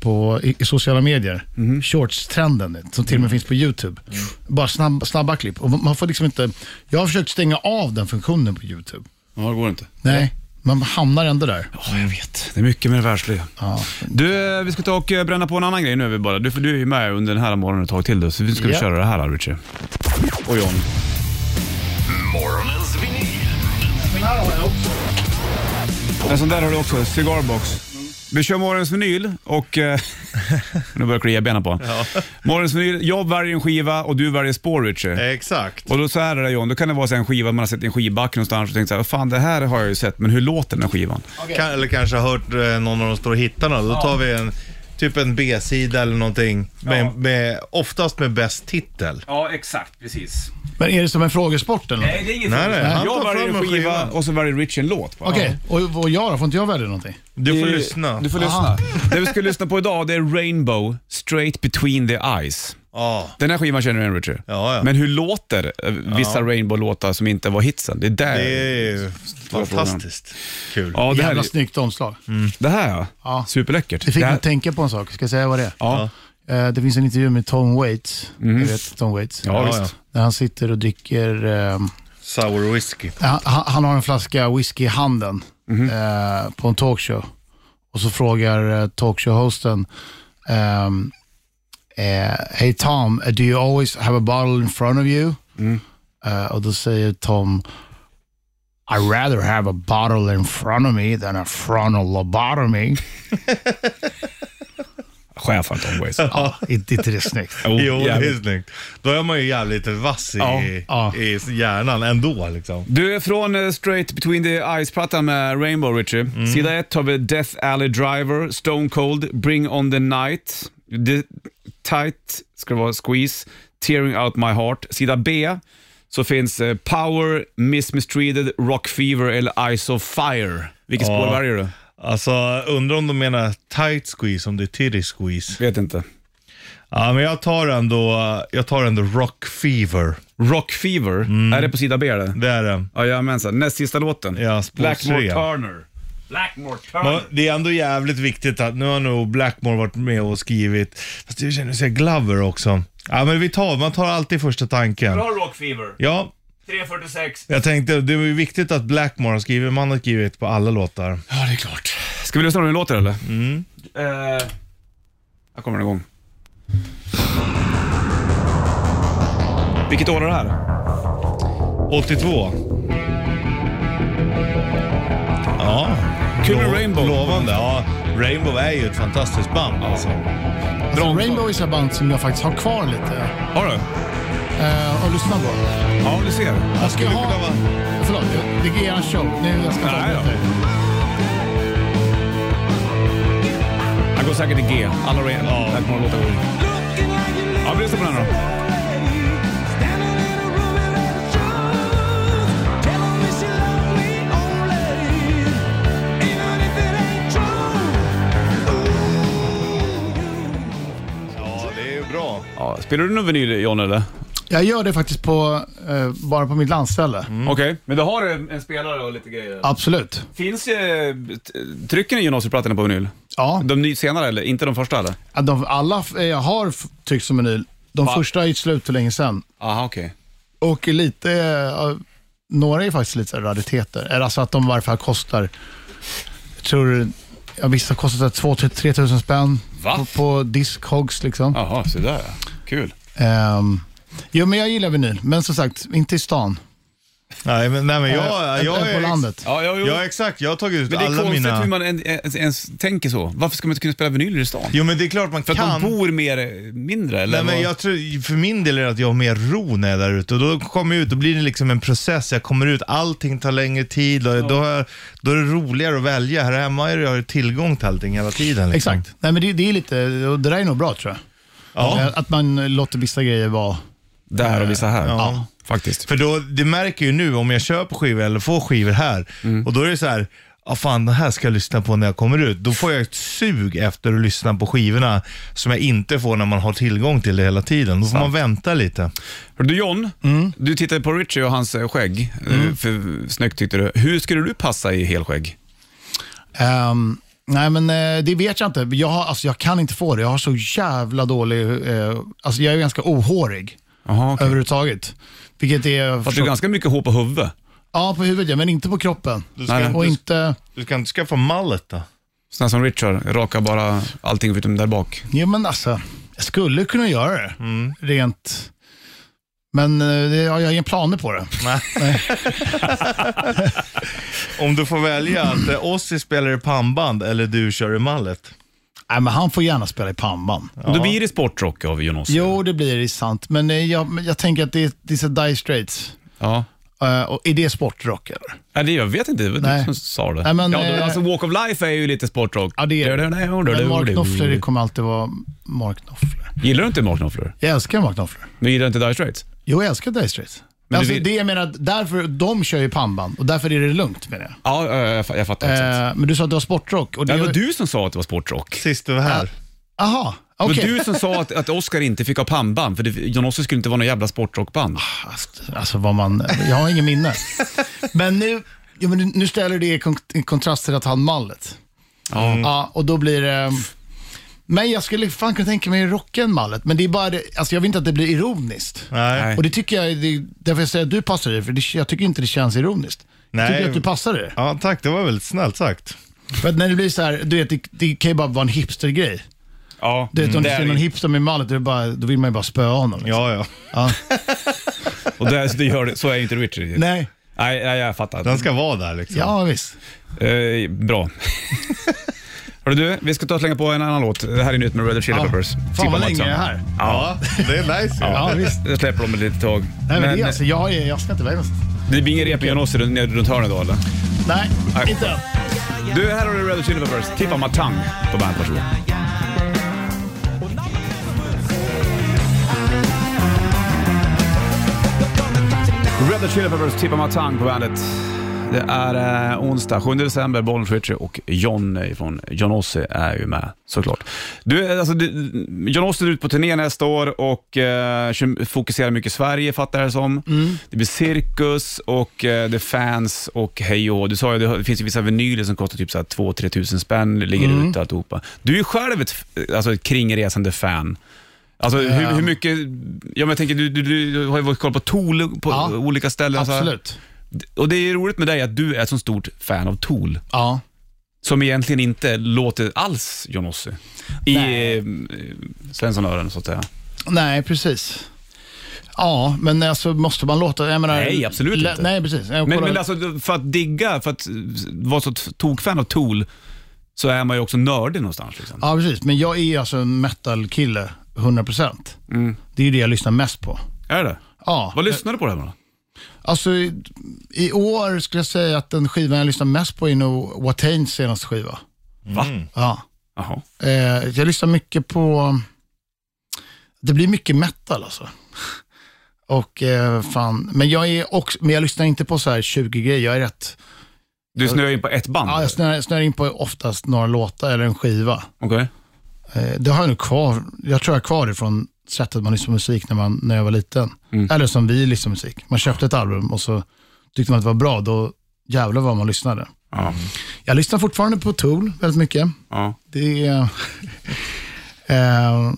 [SPEAKER 7] på, i, i sociala medier.
[SPEAKER 2] Mhm.
[SPEAKER 7] Shorts-trenden, som till och
[SPEAKER 2] Mm.
[SPEAKER 7] med finns på YouTube. Bara snabb, snabba klipp. Och man får liksom inte, jag har försökt stänga av den funktionen på YouTube.
[SPEAKER 2] Ja, det går inte.
[SPEAKER 7] Nej, man hamnar ändå där.
[SPEAKER 2] Ja, jag vet. Det är mycket med det världsliga.
[SPEAKER 7] Ja.
[SPEAKER 2] Du, eh, vi ska ta och eh, bränna på en annan grej nu är vi bara. Du, för du är ju med under den här morgonen ett tag till då, så vi ska
[SPEAKER 7] Ja.
[SPEAKER 2] köra det här Richie. Och John.
[SPEAKER 6] Morgonens vinyl.
[SPEAKER 2] En sån där har du också, cigarbox. Vi kör morgonens vinyl och... Eh, <laughs> nu börjar jag klia benen på honom. Morgonens vinyl, jag väljer en skiva och du väljer spår Richie.
[SPEAKER 3] Exakt.
[SPEAKER 2] Och då så här är det John, då kan det vara så här en skiva man har sett i en skivback någonstans och tänkt så här, fan det här har jag ju sett, men hur låter den här skivan?
[SPEAKER 3] Kan, eller kanske har hört eh, någon av de stora hittarna. Då tar vi en, typ en B-sida eller någonting. Med, med, oftast med bäst titel.
[SPEAKER 2] Ja, exakt, precis.
[SPEAKER 7] Men är det som en frågesport eller? något?
[SPEAKER 2] det är inget
[SPEAKER 3] Nej, nej, han
[SPEAKER 2] Jag
[SPEAKER 3] tar
[SPEAKER 2] väljer
[SPEAKER 3] fram
[SPEAKER 2] en
[SPEAKER 3] en
[SPEAKER 2] skiva
[SPEAKER 3] skiva.
[SPEAKER 2] och så väljer Richie en låt. bara.
[SPEAKER 7] Okej, och, och jag då? Får inte jag välja någonting?
[SPEAKER 3] Du får
[SPEAKER 2] Det-
[SPEAKER 3] lyssna.
[SPEAKER 2] Du får
[SPEAKER 7] Aha.
[SPEAKER 2] lyssna. Det vi ska lyssna på idag det är Rainbow, Straight Between the Eyes.
[SPEAKER 3] Ja.
[SPEAKER 2] Den här skivan känner du igen Richard?
[SPEAKER 3] Ja, ja.
[SPEAKER 2] Men hur låter eh, vissa Rainbow-låtar som inte var hitsen? Det är där...
[SPEAKER 3] Det är ju
[SPEAKER 2] frågan.
[SPEAKER 3] fantastiskt kul.
[SPEAKER 2] Ja, det här,
[SPEAKER 7] Jävla
[SPEAKER 2] är-
[SPEAKER 7] snyggt omslag.
[SPEAKER 2] det här ja.
[SPEAKER 7] Ja.
[SPEAKER 2] Superläckert.
[SPEAKER 7] Det fick
[SPEAKER 2] här,
[SPEAKER 7] mig att tänka på en sak. Ska jag säga vad det är?
[SPEAKER 2] ja.
[SPEAKER 7] Eh, Det finns en intervju med Tom Waits. Jag vet Tom Waits.
[SPEAKER 2] Mhm. Ja,
[SPEAKER 3] Ja,
[SPEAKER 2] visst.
[SPEAKER 7] När han sitter och dricker eh,
[SPEAKER 3] Sour whisky.
[SPEAKER 7] Han, han- han har en flaska whisky i handen eh, på en talkshow. Och så frågar eh, talkshow-hosten, ehm, eh, Hey Tom, do you always have a bottle in front of you? Eh, och då säger Tom, I'd rather have a bottle in front of me than a frontal lobotomy.
[SPEAKER 2] Chefen Tom Waits.
[SPEAKER 7] ja, inte, inte det snyggt.
[SPEAKER 3] <laughs> Jo, det är
[SPEAKER 2] jävligt.
[SPEAKER 3] snyggt. Då är man ju jävligt vass i,
[SPEAKER 7] Ja, ja.
[SPEAKER 3] i hjärnan ändå liksom.
[SPEAKER 2] Du är från eh, Straight Between the Eyes-plattan med Rainbow, Richie.
[SPEAKER 3] Mm.
[SPEAKER 2] Sida ett har vi Death Alley Driver, Stone Cold, Bring On The Night, The Tight, ska det vara Squeeze, Tearing Out My Heart. Sida B så finns eh, Power, Miss Mistreated, Rock Fever eller Eyes of Fire. Vilket spår väljer du?
[SPEAKER 3] Alltså, undrar om de menar tight squeeze, om det är titty squeeze.
[SPEAKER 2] Vet inte.
[SPEAKER 3] Ja, men jag tar ändå, jag tar ändå rock fever.
[SPEAKER 2] Rock Fever,
[SPEAKER 3] Mm.
[SPEAKER 2] är det på sida B eller?
[SPEAKER 3] Det är den.
[SPEAKER 2] Ja, Jajamensan, näst sista låten.
[SPEAKER 3] Ja, spår
[SPEAKER 2] Blackmore
[SPEAKER 3] tre.
[SPEAKER 2] Turner. Blackmore Turner.
[SPEAKER 3] Men det är ändå jävligt viktigt att, nu har nog Blackmore varit med och skrivit, fast jag känner sig Glover också. Ja men vi tar, man tar alltid första tanken.
[SPEAKER 2] Bra Rock Fever,
[SPEAKER 3] Ja,
[SPEAKER 2] 346.
[SPEAKER 3] jag tänkte det är ju viktigt att Blackmore har skrivit, man har skrivit på alla låtar.
[SPEAKER 2] Ja, det är klart. Ska vi lyssna på hur den låter eller? Mm. här kommer den igång. Vilket år är det här?
[SPEAKER 3] 82. Ja.
[SPEAKER 2] Kul med
[SPEAKER 3] Lo-
[SPEAKER 2] Rainbow.
[SPEAKER 3] Lovande, ja. Rainbow är ju ett fantastiskt band alltså.
[SPEAKER 7] Alltså, Rainbow is a band som jag faktiskt har kvar lite
[SPEAKER 2] Har du?
[SPEAKER 7] eh, och lyssnar på.
[SPEAKER 2] Ja, du ser.
[SPEAKER 7] Jag ska
[SPEAKER 3] skulle
[SPEAKER 7] ha...
[SPEAKER 3] kunna vara-
[SPEAKER 7] Förlåt, det är en show. Nu jag ska jag
[SPEAKER 2] Nej
[SPEAKER 7] ta
[SPEAKER 2] då.
[SPEAKER 7] det.
[SPEAKER 2] går säkert i G. Alla re- där kommer låtar gå i. Ja, vi lyssnar på den här då.
[SPEAKER 3] Ja, det är ju bra.
[SPEAKER 2] Ja, spelar du någon vinyl John eller?
[SPEAKER 7] Jag gör det faktiskt på, eh, bara på mitt landställe.
[SPEAKER 2] Okej, men du har en, en spelare och lite grejer?
[SPEAKER 7] Absolut.
[SPEAKER 2] Finns eh, t- trycker ni gymnasieplattorna på vinyl?
[SPEAKER 7] Ja,
[SPEAKER 2] De ny, senare eller? Inte de första eller?
[SPEAKER 7] de, alla f- jag har f- tryckt som vinyl. De
[SPEAKER 2] Va?
[SPEAKER 7] första är ju slut för länge sedan.
[SPEAKER 2] Aha, okej.
[SPEAKER 7] Och är lite, eh, några är faktiskt lite så här rariteter. Eller Alltså att de i varje fall kostar, jag tror, ja, vissa kostar 2-3 tusen spänn.
[SPEAKER 2] Va?
[SPEAKER 7] På, på Discogs liksom.
[SPEAKER 2] Jaha, så där ja. Kul.
[SPEAKER 7] Ehm, jo, men jag gillar vinyl. Men som sagt, inte i stan.
[SPEAKER 3] Nej, men, nej, men jag,
[SPEAKER 7] Ä-
[SPEAKER 3] jag,
[SPEAKER 7] ä-
[SPEAKER 3] är...
[SPEAKER 7] på landet.
[SPEAKER 2] Ja, jo, jo.
[SPEAKER 3] Ja, exakt. Jag har tagit ut
[SPEAKER 2] men det är
[SPEAKER 3] alla
[SPEAKER 2] konstigt
[SPEAKER 3] mina...
[SPEAKER 2] hur man en, ens, ens tänker så. Varför ska man inte kunna spela vinyl i stan?
[SPEAKER 3] Jo, men det är klart man
[SPEAKER 2] För att
[SPEAKER 3] kan.
[SPEAKER 2] man bor mer, mindre eller?
[SPEAKER 3] Nej, men
[SPEAKER 2] vad?
[SPEAKER 3] jag tror, för min del är det att jag har mer ro när jag är där ute. Och då kommer jag ut, då blir det liksom en process. Jag kommer ut, allting tar längre tid. Och då, har jag, då är det roligare att välja. Här hemma är det- jag har tillgång till allting hela tiden. Liksom.
[SPEAKER 7] Exakt.
[SPEAKER 2] Mm.
[SPEAKER 7] Nej, men det, det är lite, och det där är nog bra tror jag.
[SPEAKER 3] Ja.
[SPEAKER 7] Eh, Att man låter vissa grejer vara...
[SPEAKER 2] Där och vissa här.
[SPEAKER 3] Ja.
[SPEAKER 2] Faktiskt.
[SPEAKER 3] För då, det märker jag ju nu om jag köper skivor eller får skivor här. Och då är det så här, ja fan det här ska jag lyssna på när jag kommer ut. Då får jag ett sug efter att lyssna på skivorna som jag inte får när man har tillgång till det hela tiden. Då får man vänta lite.
[SPEAKER 2] Hör Du John,
[SPEAKER 7] Mm.
[SPEAKER 2] du tittade på Richie och hans eh, skägg. Eh, För, snyggt tyckte du. Hur skulle du passa i helskägg?
[SPEAKER 7] Ehm, nej, men eh, det vet jag inte. Jag, har, alltså, jag kan inte få det. Jag har så jävla dålig... Eh, alltså, jag är ganska ohårig
[SPEAKER 2] Jaha, okej.
[SPEAKER 7] överhuvudtaget. Vilket är...
[SPEAKER 2] Fast du har ganska mycket hår på huvudet.
[SPEAKER 7] Ja, på huvudet ja, men inte på kroppen.
[SPEAKER 3] ska
[SPEAKER 2] Nej,
[SPEAKER 3] inte-
[SPEAKER 7] Och inte...
[SPEAKER 3] Du ska inte skaffa mallet då?
[SPEAKER 2] Sådana som Richard, raka bara allting förutom där bak.
[SPEAKER 7] Jo, men alltså, jag skulle kunna göra det.
[SPEAKER 2] Mm.
[SPEAKER 7] Rent... Men eh, det, jag har inga planer
[SPEAKER 2] <laughs>
[SPEAKER 7] på det.
[SPEAKER 3] Om du får välja att eh, Ozzy spelar i pannband eller du kör i mallet.
[SPEAKER 7] Nej, men han får gärna spela i pannband.
[SPEAKER 2] Då blir det sportrock av Jonas.
[SPEAKER 7] Jo, det blir det sant. Men eh, jag, men jag tänker att det, är- det är så dire straits.
[SPEAKER 2] Ja.
[SPEAKER 7] Eh, och är det sportrock eller?
[SPEAKER 2] Nej, det, jag vet inte. Det var du
[SPEAKER 7] Nej.
[SPEAKER 2] som sa det.
[SPEAKER 7] Nej, men,
[SPEAKER 2] ja, då,
[SPEAKER 7] eh,
[SPEAKER 2] alltså Walk of Life är ju lite sportrock.
[SPEAKER 7] Ja, det är det. Men Mark Knopfler det kommer alltid vara Mark Knopfler.
[SPEAKER 2] Gillar du inte Mark Knopfler?
[SPEAKER 7] Jag älskar Mark Knopfler.
[SPEAKER 2] Men gillar du inte Dire Straits?
[SPEAKER 7] Jo, jag älskar Dire Straits.
[SPEAKER 2] Men
[SPEAKER 7] Men alltså,
[SPEAKER 2] du vill-
[SPEAKER 7] det jag menar, därför, de kör ju pannband och därför är det lugnt menar jag.
[SPEAKER 2] Ja, jag, jag, jag fattar. exakt.
[SPEAKER 7] Eh, men du sa att det var sportrock. Och det
[SPEAKER 2] Nej, det var du som sa att det var sportrock.
[SPEAKER 3] Sist du var här.
[SPEAKER 7] Aha, okej.
[SPEAKER 2] Det var du som sa att, att Oscar inte fick ha pannband, för det- John Ossie skulle inte vara någon jävla sportrockband.
[SPEAKER 7] Fast, Alltså vad man, jag har ingen <laughs> minne. Men nu, ja, men nu ställer det i kon- i kontrast till att han mallet. Ja, Mm. och då blir det... Men jag skulle fan kunna tänka mig rocken mallet, men det är bara det, alltså jag vill inte att det blir ironiskt.
[SPEAKER 3] Nej.
[SPEAKER 2] Nej.
[SPEAKER 7] Och det tycker jag, det, är därför jag säger att du passar det, för det, jag tycker inte det känns ironiskt.
[SPEAKER 3] Nej.
[SPEAKER 7] Jag tycker att du passar det.
[SPEAKER 3] Ja, tack. Det var väldigt snällt sagt.
[SPEAKER 7] För att när det blir så här, du vet, det, det kan ju bara vara en hipstergrej.
[SPEAKER 2] Ja,
[SPEAKER 7] Du vet, om
[SPEAKER 2] Mm, det
[SPEAKER 7] du ser
[SPEAKER 2] är-
[SPEAKER 7] någon hipster med mallet, då, är det bara, då vill man ju bara spöa honom. liksom.
[SPEAKER 3] Ja, ja.
[SPEAKER 2] och det, det gör, det- så är ju inte Richard. Nej.
[SPEAKER 7] Nej,
[SPEAKER 2] Nej, jag fattar.
[SPEAKER 3] Den ska vara där liksom.
[SPEAKER 7] ja visst.
[SPEAKER 2] Eh, bra. <laughs> Hörru du, vi ska ta och slänga på en annan låt. Det här är nytt med Red Hot Chili
[SPEAKER 7] Ja.
[SPEAKER 2] Peppers.
[SPEAKER 7] Fan vad
[SPEAKER 2] Tippa
[SPEAKER 7] länge jag är
[SPEAKER 2] Maxson.
[SPEAKER 7] här.
[SPEAKER 3] Ja, det är nice ju.
[SPEAKER 7] Ja, visst.
[SPEAKER 2] Jag släpper dem ett litet tag.
[SPEAKER 7] Nej, men,
[SPEAKER 2] Men,
[SPEAKER 7] det, är alltså, jag, är, jag ska inte iväg någonstans.
[SPEAKER 2] eh, det blir ingen rep med John Ossie runt runt hörnet då eller?
[SPEAKER 7] Nej,
[SPEAKER 2] Nej.
[SPEAKER 7] inte än.
[SPEAKER 2] Du, här har du Red Hot Chili Peppers. Tippa Matang på bandet, varsågod. Red Hot Chili Peppers, Tippa Matang på bandet. Det är eh, onsdag, 7 december, Bollnäs Ritchie och John eh, från John Ossie är ju med såklart. Du, eh, alltså, du, John Ossie är ute på turné nästa år och eh, tjum- fokuserar mycket Sverige fattar jag det som. Det blir cirkus och eh, det är fans och hej och hå. Du sa ju det finns ju vissa vinyler som kostar typ 2-3 tusen spänn, ligger ute alltihopa. Du är ju själv ett, f- alltså, ett kringresande fan. Alltså hur, hur mycket, ja, men jag tänker du, du, du har ju varit koll på Tool på
[SPEAKER 7] Ja.
[SPEAKER 2] olika ställen. så här.
[SPEAKER 7] Absolut.
[SPEAKER 2] Och det är roligt med dig att du är ett så stort fan av Tool,
[SPEAKER 7] Ja.
[SPEAKER 2] som egentligen inte låter alls John Ossie i eh, Svenssonören så att säga.
[SPEAKER 7] Nej, precis. Ja, men alltså måste man låta... Jag menar,
[SPEAKER 2] Nej, absolut
[SPEAKER 7] lä-
[SPEAKER 2] inte.
[SPEAKER 7] Nej, precis. Jag
[SPEAKER 2] Men,
[SPEAKER 7] kollar-
[SPEAKER 2] men alltså för att digga, för att eh, vara så t- tokfan av Tool, så är man ju också nördig någonstans. Liksom.
[SPEAKER 7] Ja, precis. Men jag är ju alltså en metal-kille, 100%. Det är ju det jag lyssnar mest på.
[SPEAKER 2] Är det
[SPEAKER 7] Ja, eh,
[SPEAKER 2] Vad lyssnar du på det här med då?
[SPEAKER 7] alltså i, i år skulle jag säga att den skivan jag lyssnar mest på är nog Watains senaste skiva.
[SPEAKER 2] Va?
[SPEAKER 7] Ja.
[SPEAKER 2] Jaha.
[SPEAKER 7] Eh, jag lyssnar mycket på... Det blir mycket metal alltså. <laughs> Och eh, fan, men jag, är också, men jag lyssnar inte på så här 20 grejer. Jag är rätt...
[SPEAKER 2] Du snöar in på ett band?
[SPEAKER 7] Ja, jag snör, snör in på oftast några låtar eller en skiva.
[SPEAKER 2] Okej.
[SPEAKER 7] Eh, det har jag nog kvar. Jag tror jag har kvar det från sättet man lyssnade på musik när, man, när jag var liten. Eller som vi lyssnade på musik. Man köpte ett album och så tyckte man att det var bra. Då jävlar vad man lyssnade.
[SPEAKER 2] Ja.
[SPEAKER 7] Jag lyssnar fortfarande på Tool väldigt mycket.
[SPEAKER 2] Ja.
[SPEAKER 7] Det är... <laughs> eh,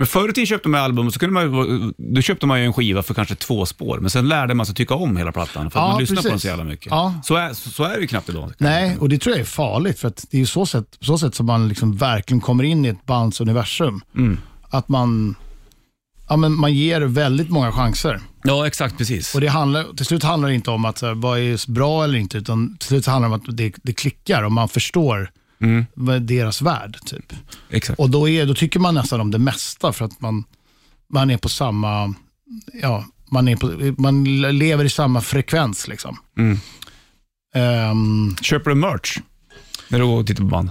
[SPEAKER 2] Men förr i tiden köpte man album, så kunde man, då köpte man ju en skiva för kanske två spår, men sen lärde man sig tycka om hela plattan för att
[SPEAKER 7] Ja,
[SPEAKER 2] man lyssnade på den
[SPEAKER 7] precis.
[SPEAKER 2] så jävla mycket.
[SPEAKER 7] Ja.
[SPEAKER 2] Så, är, så är det ju knappt idag.
[SPEAKER 7] Nej, och det tror jag är farligt för att det är ju så sätt, på så sätt som man liksom verkligen kommer in i ett bands universum. Att man, ja, men man ger väldigt många chanser.
[SPEAKER 2] Ja, exakt precis.
[SPEAKER 7] Och det handlar, till slut handlar det inte om att så här, vad är bra eller inte, utan till slut handlar det om att det, det klickar och man förstår
[SPEAKER 2] Mm.
[SPEAKER 7] vad deras värld. Typ.
[SPEAKER 2] exakt.
[SPEAKER 7] Och då, är, då tycker man nästan om det mesta för att man, man är på samma, ja, man, är på, man lever i samma frekvens. liksom.
[SPEAKER 2] Mm.
[SPEAKER 7] Ehm,
[SPEAKER 2] Köper du merch när du går och tittar på band?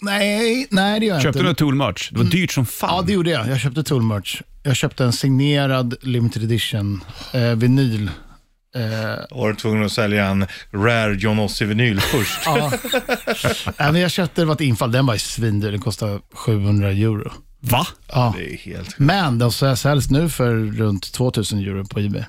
[SPEAKER 7] nej, nej, det gör jag
[SPEAKER 2] Köpte
[SPEAKER 7] inte.
[SPEAKER 2] du någon Tool-merch? Det var dyrt som fan.
[SPEAKER 7] Ja, det gjorde jag. Jag köpte Tool merch. Jag köpte en signerad limited edition eh, vinyl.
[SPEAKER 3] Och var tvungen att sälja en rare John Ossie-vinyl först.
[SPEAKER 7] Ja. Nej, men jag köpte, det var ett infall. Den var ju svindyr. Den kostade 700 euro.
[SPEAKER 2] Va?
[SPEAKER 7] Ja.
[SPEAKER 3] Det är helt sjukt.
[SPEAKER 7] Men den så- säljs nu för runt 2000 euro på eBay.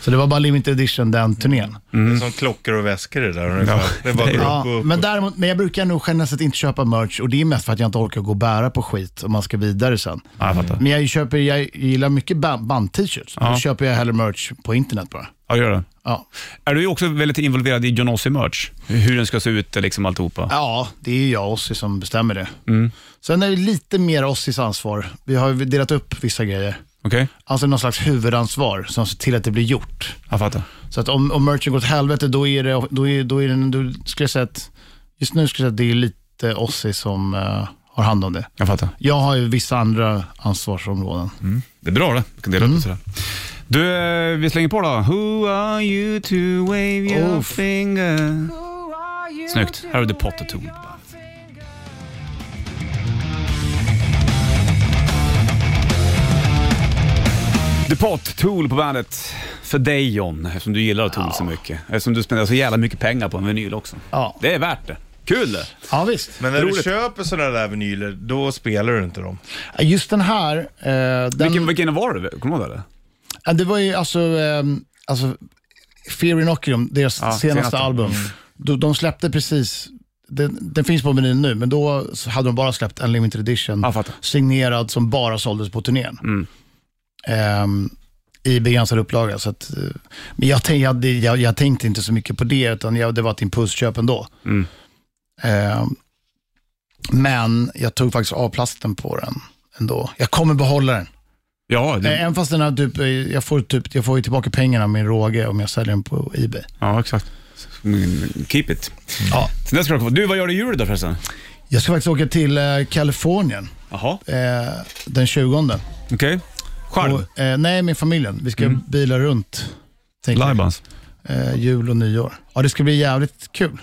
[SPEAKER 7] Så det var bara limited edition den turnén.
[SPEAKER 3] Det är som klockor och väskor det där ungefär. det är bara att
[SPEAKER 7] Mm. <laughs> Ja,
[SPEAKER 3] gå upp och-
[SPEAKER 7] men, däremot, men jag brukar nog generellt sett inte köpa merch och det är mest för att jag inte orkar gå och bära på skit om man ska vidare sen.
[SPEAKER 2] Ja, jag fattar.
[SPEAKER 7] Men jag, köper, jag gillar mycket ba- band-t-shirts. Då köper jag hellre merch på internet bara.
[SPEAKER 2] Ja, det gör det.
[SPEAKER 7] Ja.
[SPEAKER 2] Är du också väldigt involverad i John Ossie-merch? Hur den ska se ut, liksom alltihopa?
[SPEAKER 7] Ja, det är ju jag och Ossi som bestämmer det.
[SPEAKER 3] Mm.
[SPEAKER 7] Sen är det lite mer Ossis ansvar. Vi har ju delat upp vissa grejer.
[SPEAKER 2] Okej,
[SPEAKER 7] Alltså någon slags huvudansvar som ser till att det blir gjort.
[SPEAKER 2] jag fattar.
[SPEAKER 7] Så att om, om merchen går åt helvete, då är det, då är, då är det, då skulle jag säga att, just nu skulle jag säga att det är lite Ossi som eh, har hand om det.
[SPEAKER 2] Jag fattar.
[SPEAKER 7] Jag har ju vissa andra ansvarsområden.
[SPEAKER 2] Det är bra det. Vi kan dela upp det sådär. Du, eh, vi slänger på då. Who are you to wave your
[SPEAKER 7] Oh.
[SPEAKER 2] finger? Snyggt. Här har du The Potter Tool. The Pot, Tool på bandet. För dig John, eftersom du gillar Tool så mycket. Eftersom du spenderar så jävla mycket pengar på en vinyl också.
[SPEAKER 7] Ja.
[SPEAKER 2] Det är värt det. Kul det!
[SPEAKER 7] Ja, visst.
[SPEAKER 3] Men när du
[SPEAKER 2] Roligt.
[SPEAKER 3] köper sådana där vinyler, då spelar du inte dem.
[SPEAKER 7] Just den här, eh, den,
[SPEAKER 2] Vilken, vilken var det? Kommer du ihåg det?
[SPEAKER 7] Ja, det var ju alltså, eh, alltså Fear Inoculum, deras
[SPEAKER 2] Ja,
[SPEAKER 7] senaste,
[SPEAKER 2] senaste. Mm.
[SPEAKER 7] album. De, de släppte precis, den, den finns på menyn nu, men då så hade de bara släppt en limited edition
[SPEAKER 2] Ja, fattar.
[SPEAKER 7] signerad som bara såldes på turnén. Ehm, i begränsad upplaga. Så att, eh, men jag, tänk, jag, det- jag, jag tänkte inte så mycket på det, utan jag, det var ett impulsköp ändå. Ehm, men jag tog faktiskt av plasten på den ändå. Jag kommer behålla den.
[SPEAKER 2] Ja, det,
[SPEAKER 7] Även fast den har typ, eh, jag, får typ, jag får ju tillbaka pengarna med råge om jag säljer den på Ebay.
[SPEAKER 2] ja exakt. Mm, Keep it.
[SPEAKER 7] Ja.
[SPEAKER 2] Sen där ska du, du, vad gör du i jul då förresten?
[SPEAKER 7] Jag ska faktiskt åka till eh, Kalifornien
[SPEAKER 2] Jaha,
[SPEAKER 7] eh, den 20.
[SPEAKER 2] okej. Själv?
[SPEAKER 7] Och, eh, nej, med familjen. Vi ska bila runt. tänker jag.
[SPEAKER 2] Mm. Lajbans.
[SPEAKER 7] Eh, jul och nyår. Ja, det ska bli jävligt kul.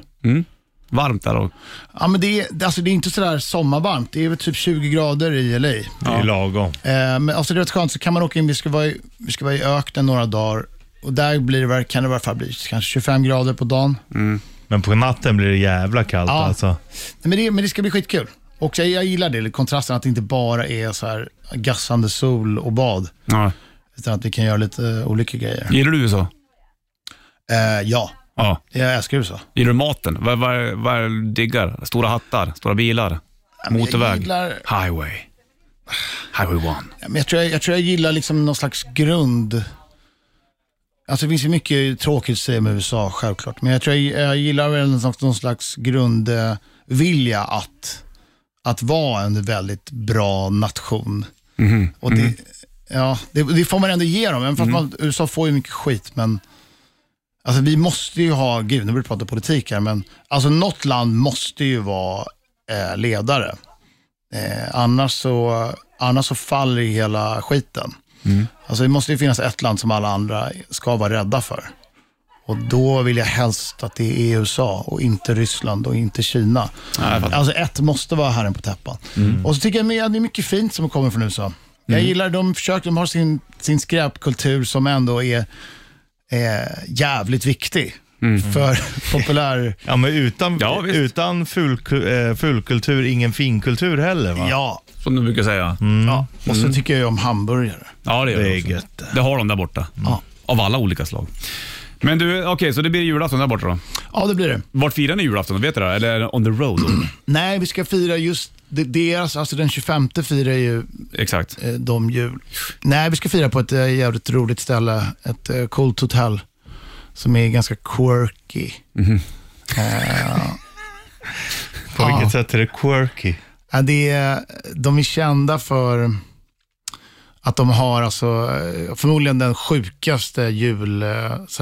[SPEAKER 2] Varmt där och...
[SPEAKER 7] Ja, men det, är, det- alltså, det är inte sådär sommarvarmt. Det är väl typ 20 grader i LA.
[SPEAKER 3] Det är lagom.
[SPEAKER 7] Eh, men alltså, det är rätt skönt. Så kan man åka in, vi ska vara i, vi ska vara i öknen några dagar. Och där blir det, väl- kan det i alla fall bli kanske 25 grader på dagen.
[SPEAKER 2] Mm.
[SPEAKER 3] Men på natten blir det jävla kallt
[SPEAKER 7] Ja.
[SPEAKER 3] alltså.
[SPEAKER 7] Nej, men, det, men det ska bli skitkul. Och jag, jag gillar det, kontrasten att det inte bara är så här gassande sol och bad,
[SPEAKER 2] Ja.
[SPEAKER 7] utan att vi kan göra lite eh, olika grejer.
[SPEAKER 2] Gillar du USA?
[SPEAKER 7] Eh, ja,
[SPEAKER 2] Ja.
[SPEAKER 7] jag älskar USA.
[SPEAKER 2] Gillar du maten? Vad vad- vad är det du diggar? Stora hattar, stora bilar,
[SPEAKER 7] men jag
[SPEAKER 2] motorväg,
[SPEAKER 7] gillar-
[SPEAKER 2] highway. Highway one.
[SPEAKER 7] Men jag, tror jag, jag tror jag gillar liksom någon slags grund... Alltså det finns ju mycket tråkigt att säga med USA, självklart. Men jag tror jag, jag gillar väl någon slags, någon slags grundvilja att, att vara en väldigt bra nation. Och det, ja, det, det får man ändå ge dem, även fast man, USA får ju mycket skit. Men alltså vi måste ju ha, gud nu börjar vi prata politik här, men alltså något land måste ju vara eh, ledare. Eh, annars, så, annars så faller ju hela skiten. Alltså det måste ju finnas ett land som alla andra ska vara rädda för. Och då vill jag helst att det är USA och inte Ryssland och inte Kina. alltså ett måste vara herren på täppan. Och så tycker jag med, det är mycket fint som kommer från USA. Jag gillar de försök, de har sin, sin skräpkultur som ändå är eh, jävligt viktig för <laughs> populär...
[SPEAKER 3] Ja, men utan,
[SPEAKER 2] Ja, visst.
[SPEAKER 3] utan fulku- eh, fulkultur, ingen finkultur heller va?
[SPEAKER 7] Ja,
[SPEAKER 2] Som du brukar säga.
[SPEAKER 7] ja. och så tycker jag ju om hamburgare.
[SPEAKER 2] Ja, det gör
[SPEAKER 3] Det är
[SPEAKER 2] det också.
[SPEAKER 3] gött.
[SPEAKER 2] Det har de där borta.
[SPEAKER 7] Ja.
[SPEAKER 2] Av alla olika slag. Men du, okej, så det blir julafton där borta då.
[SPEAKER 7] Ja, det blir det.
[SPEAKER 2] Vart firar ni julafton? Vet du det? Eller är det on the road? då?
[SPEAKER 7] Nej, vi ska fira just de- deras, alltså den 25 firar ju
[SPEAKER 2] Exakt.
[SPEAKER 7] eh, de jul. Nej, vi ska fira på ett eh, jävligt roligt ställe, ett eh, coolt hotell som är ganska quirky. Eh,
[SPEAKER 3] På
[SPEAKER 7] Ja.
[SPEAKER 3] vilket sätt är det quirky?
[SPEAKER 7] Ja, det är, de är kända för att de har alltså, eh, förmodligen den sjukaste eh,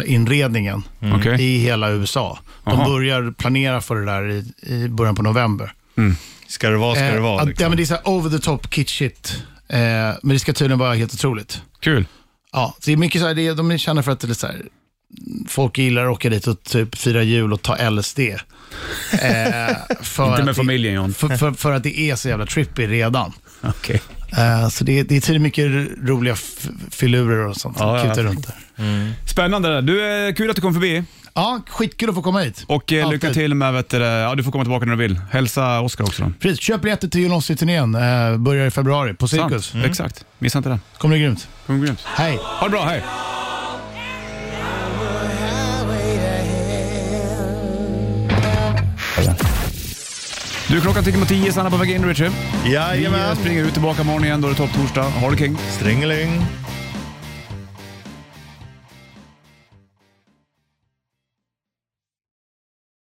[SPEAKER 7] julinredningen
[SPEAKER 3] Mm.
[SPEAKER 2] Okej.
[SPEAKER 7] i hela USA. De
[SPEAKER 2] Aha.
[SPEAKER 7] börjar planera för det där i, i början på november.
[SPEAKER 3] Ska det vara, ska det
[SPEAKER 7] Eh,
[SPEAKER 3] vara.
[SPEAKER 7] att-
[SPEAKER 3] Liksom.
[SPEAKER 7] ja, men det är så här over the top kitschigt. Eh, men det ska tydligen vara helt otroligt.
[SPEAKER 2] Kul.
[SPEAKER 7] Ja, så det är mycket så här, det är, de är kända för att det är så här, folk gillar att åka dit och typ fira jul och ta LSD.
[SPEAKER 2] <laughs>
[SPEAKER 7] Eh, för
[SPEAKER 2] Inte
[SPEAKER 7] att
[SPEAKER 2] med
[SPEAKER 7] det-
[SPEAKER 2] familjen John.
[SPEAKER 7] För, för, för att det är så jävla trippy redan.
[SPEAKER 2] Okej.
[SPEAKER 7] Eh, så det, är- det är tydligen mycket r- roliga f- filurer och sånt som
[SPEAKER 2] Ja, ja.
[SPEAKER 7] kutar runt där.
[SPEAKER 2] Spännande det där. Du, eh, kul att du kom förbi.
[SPEAKER 7] Ja, skitkul att få komma hit.
[SPEAKER 2] Och eh,
[SPEAKER 7] Alltid.
[SPEAKER 2] lycka till med, vet du, det, ja, du får komma tillbaka när du vill. Hälsa Oskar också då.
[SPEAKER 7] Precis, köp biljetter till Gymnasieturnén. Eh, börjar i februari på Cirkus.
[SPEAKER 2] Sant. Exakt. Missa inte det.
[SPEAKER 7] kommer det grymt.
[SPEAKER 2] Kommer bli grymt.
[SPEAKER 7] Hej!
[SPEAKER 2] Ha det bra, hej! Du, klockan tickar mot tio. Sanna på väg in, Richard. Vi eh,
[SPEAKER 3] Jajamän.
[SPEAKER 2] springer ut tillbaka imorgon igen, då är det topptorsdag. Ha det king.
[SPEAKER 3] Stringeling.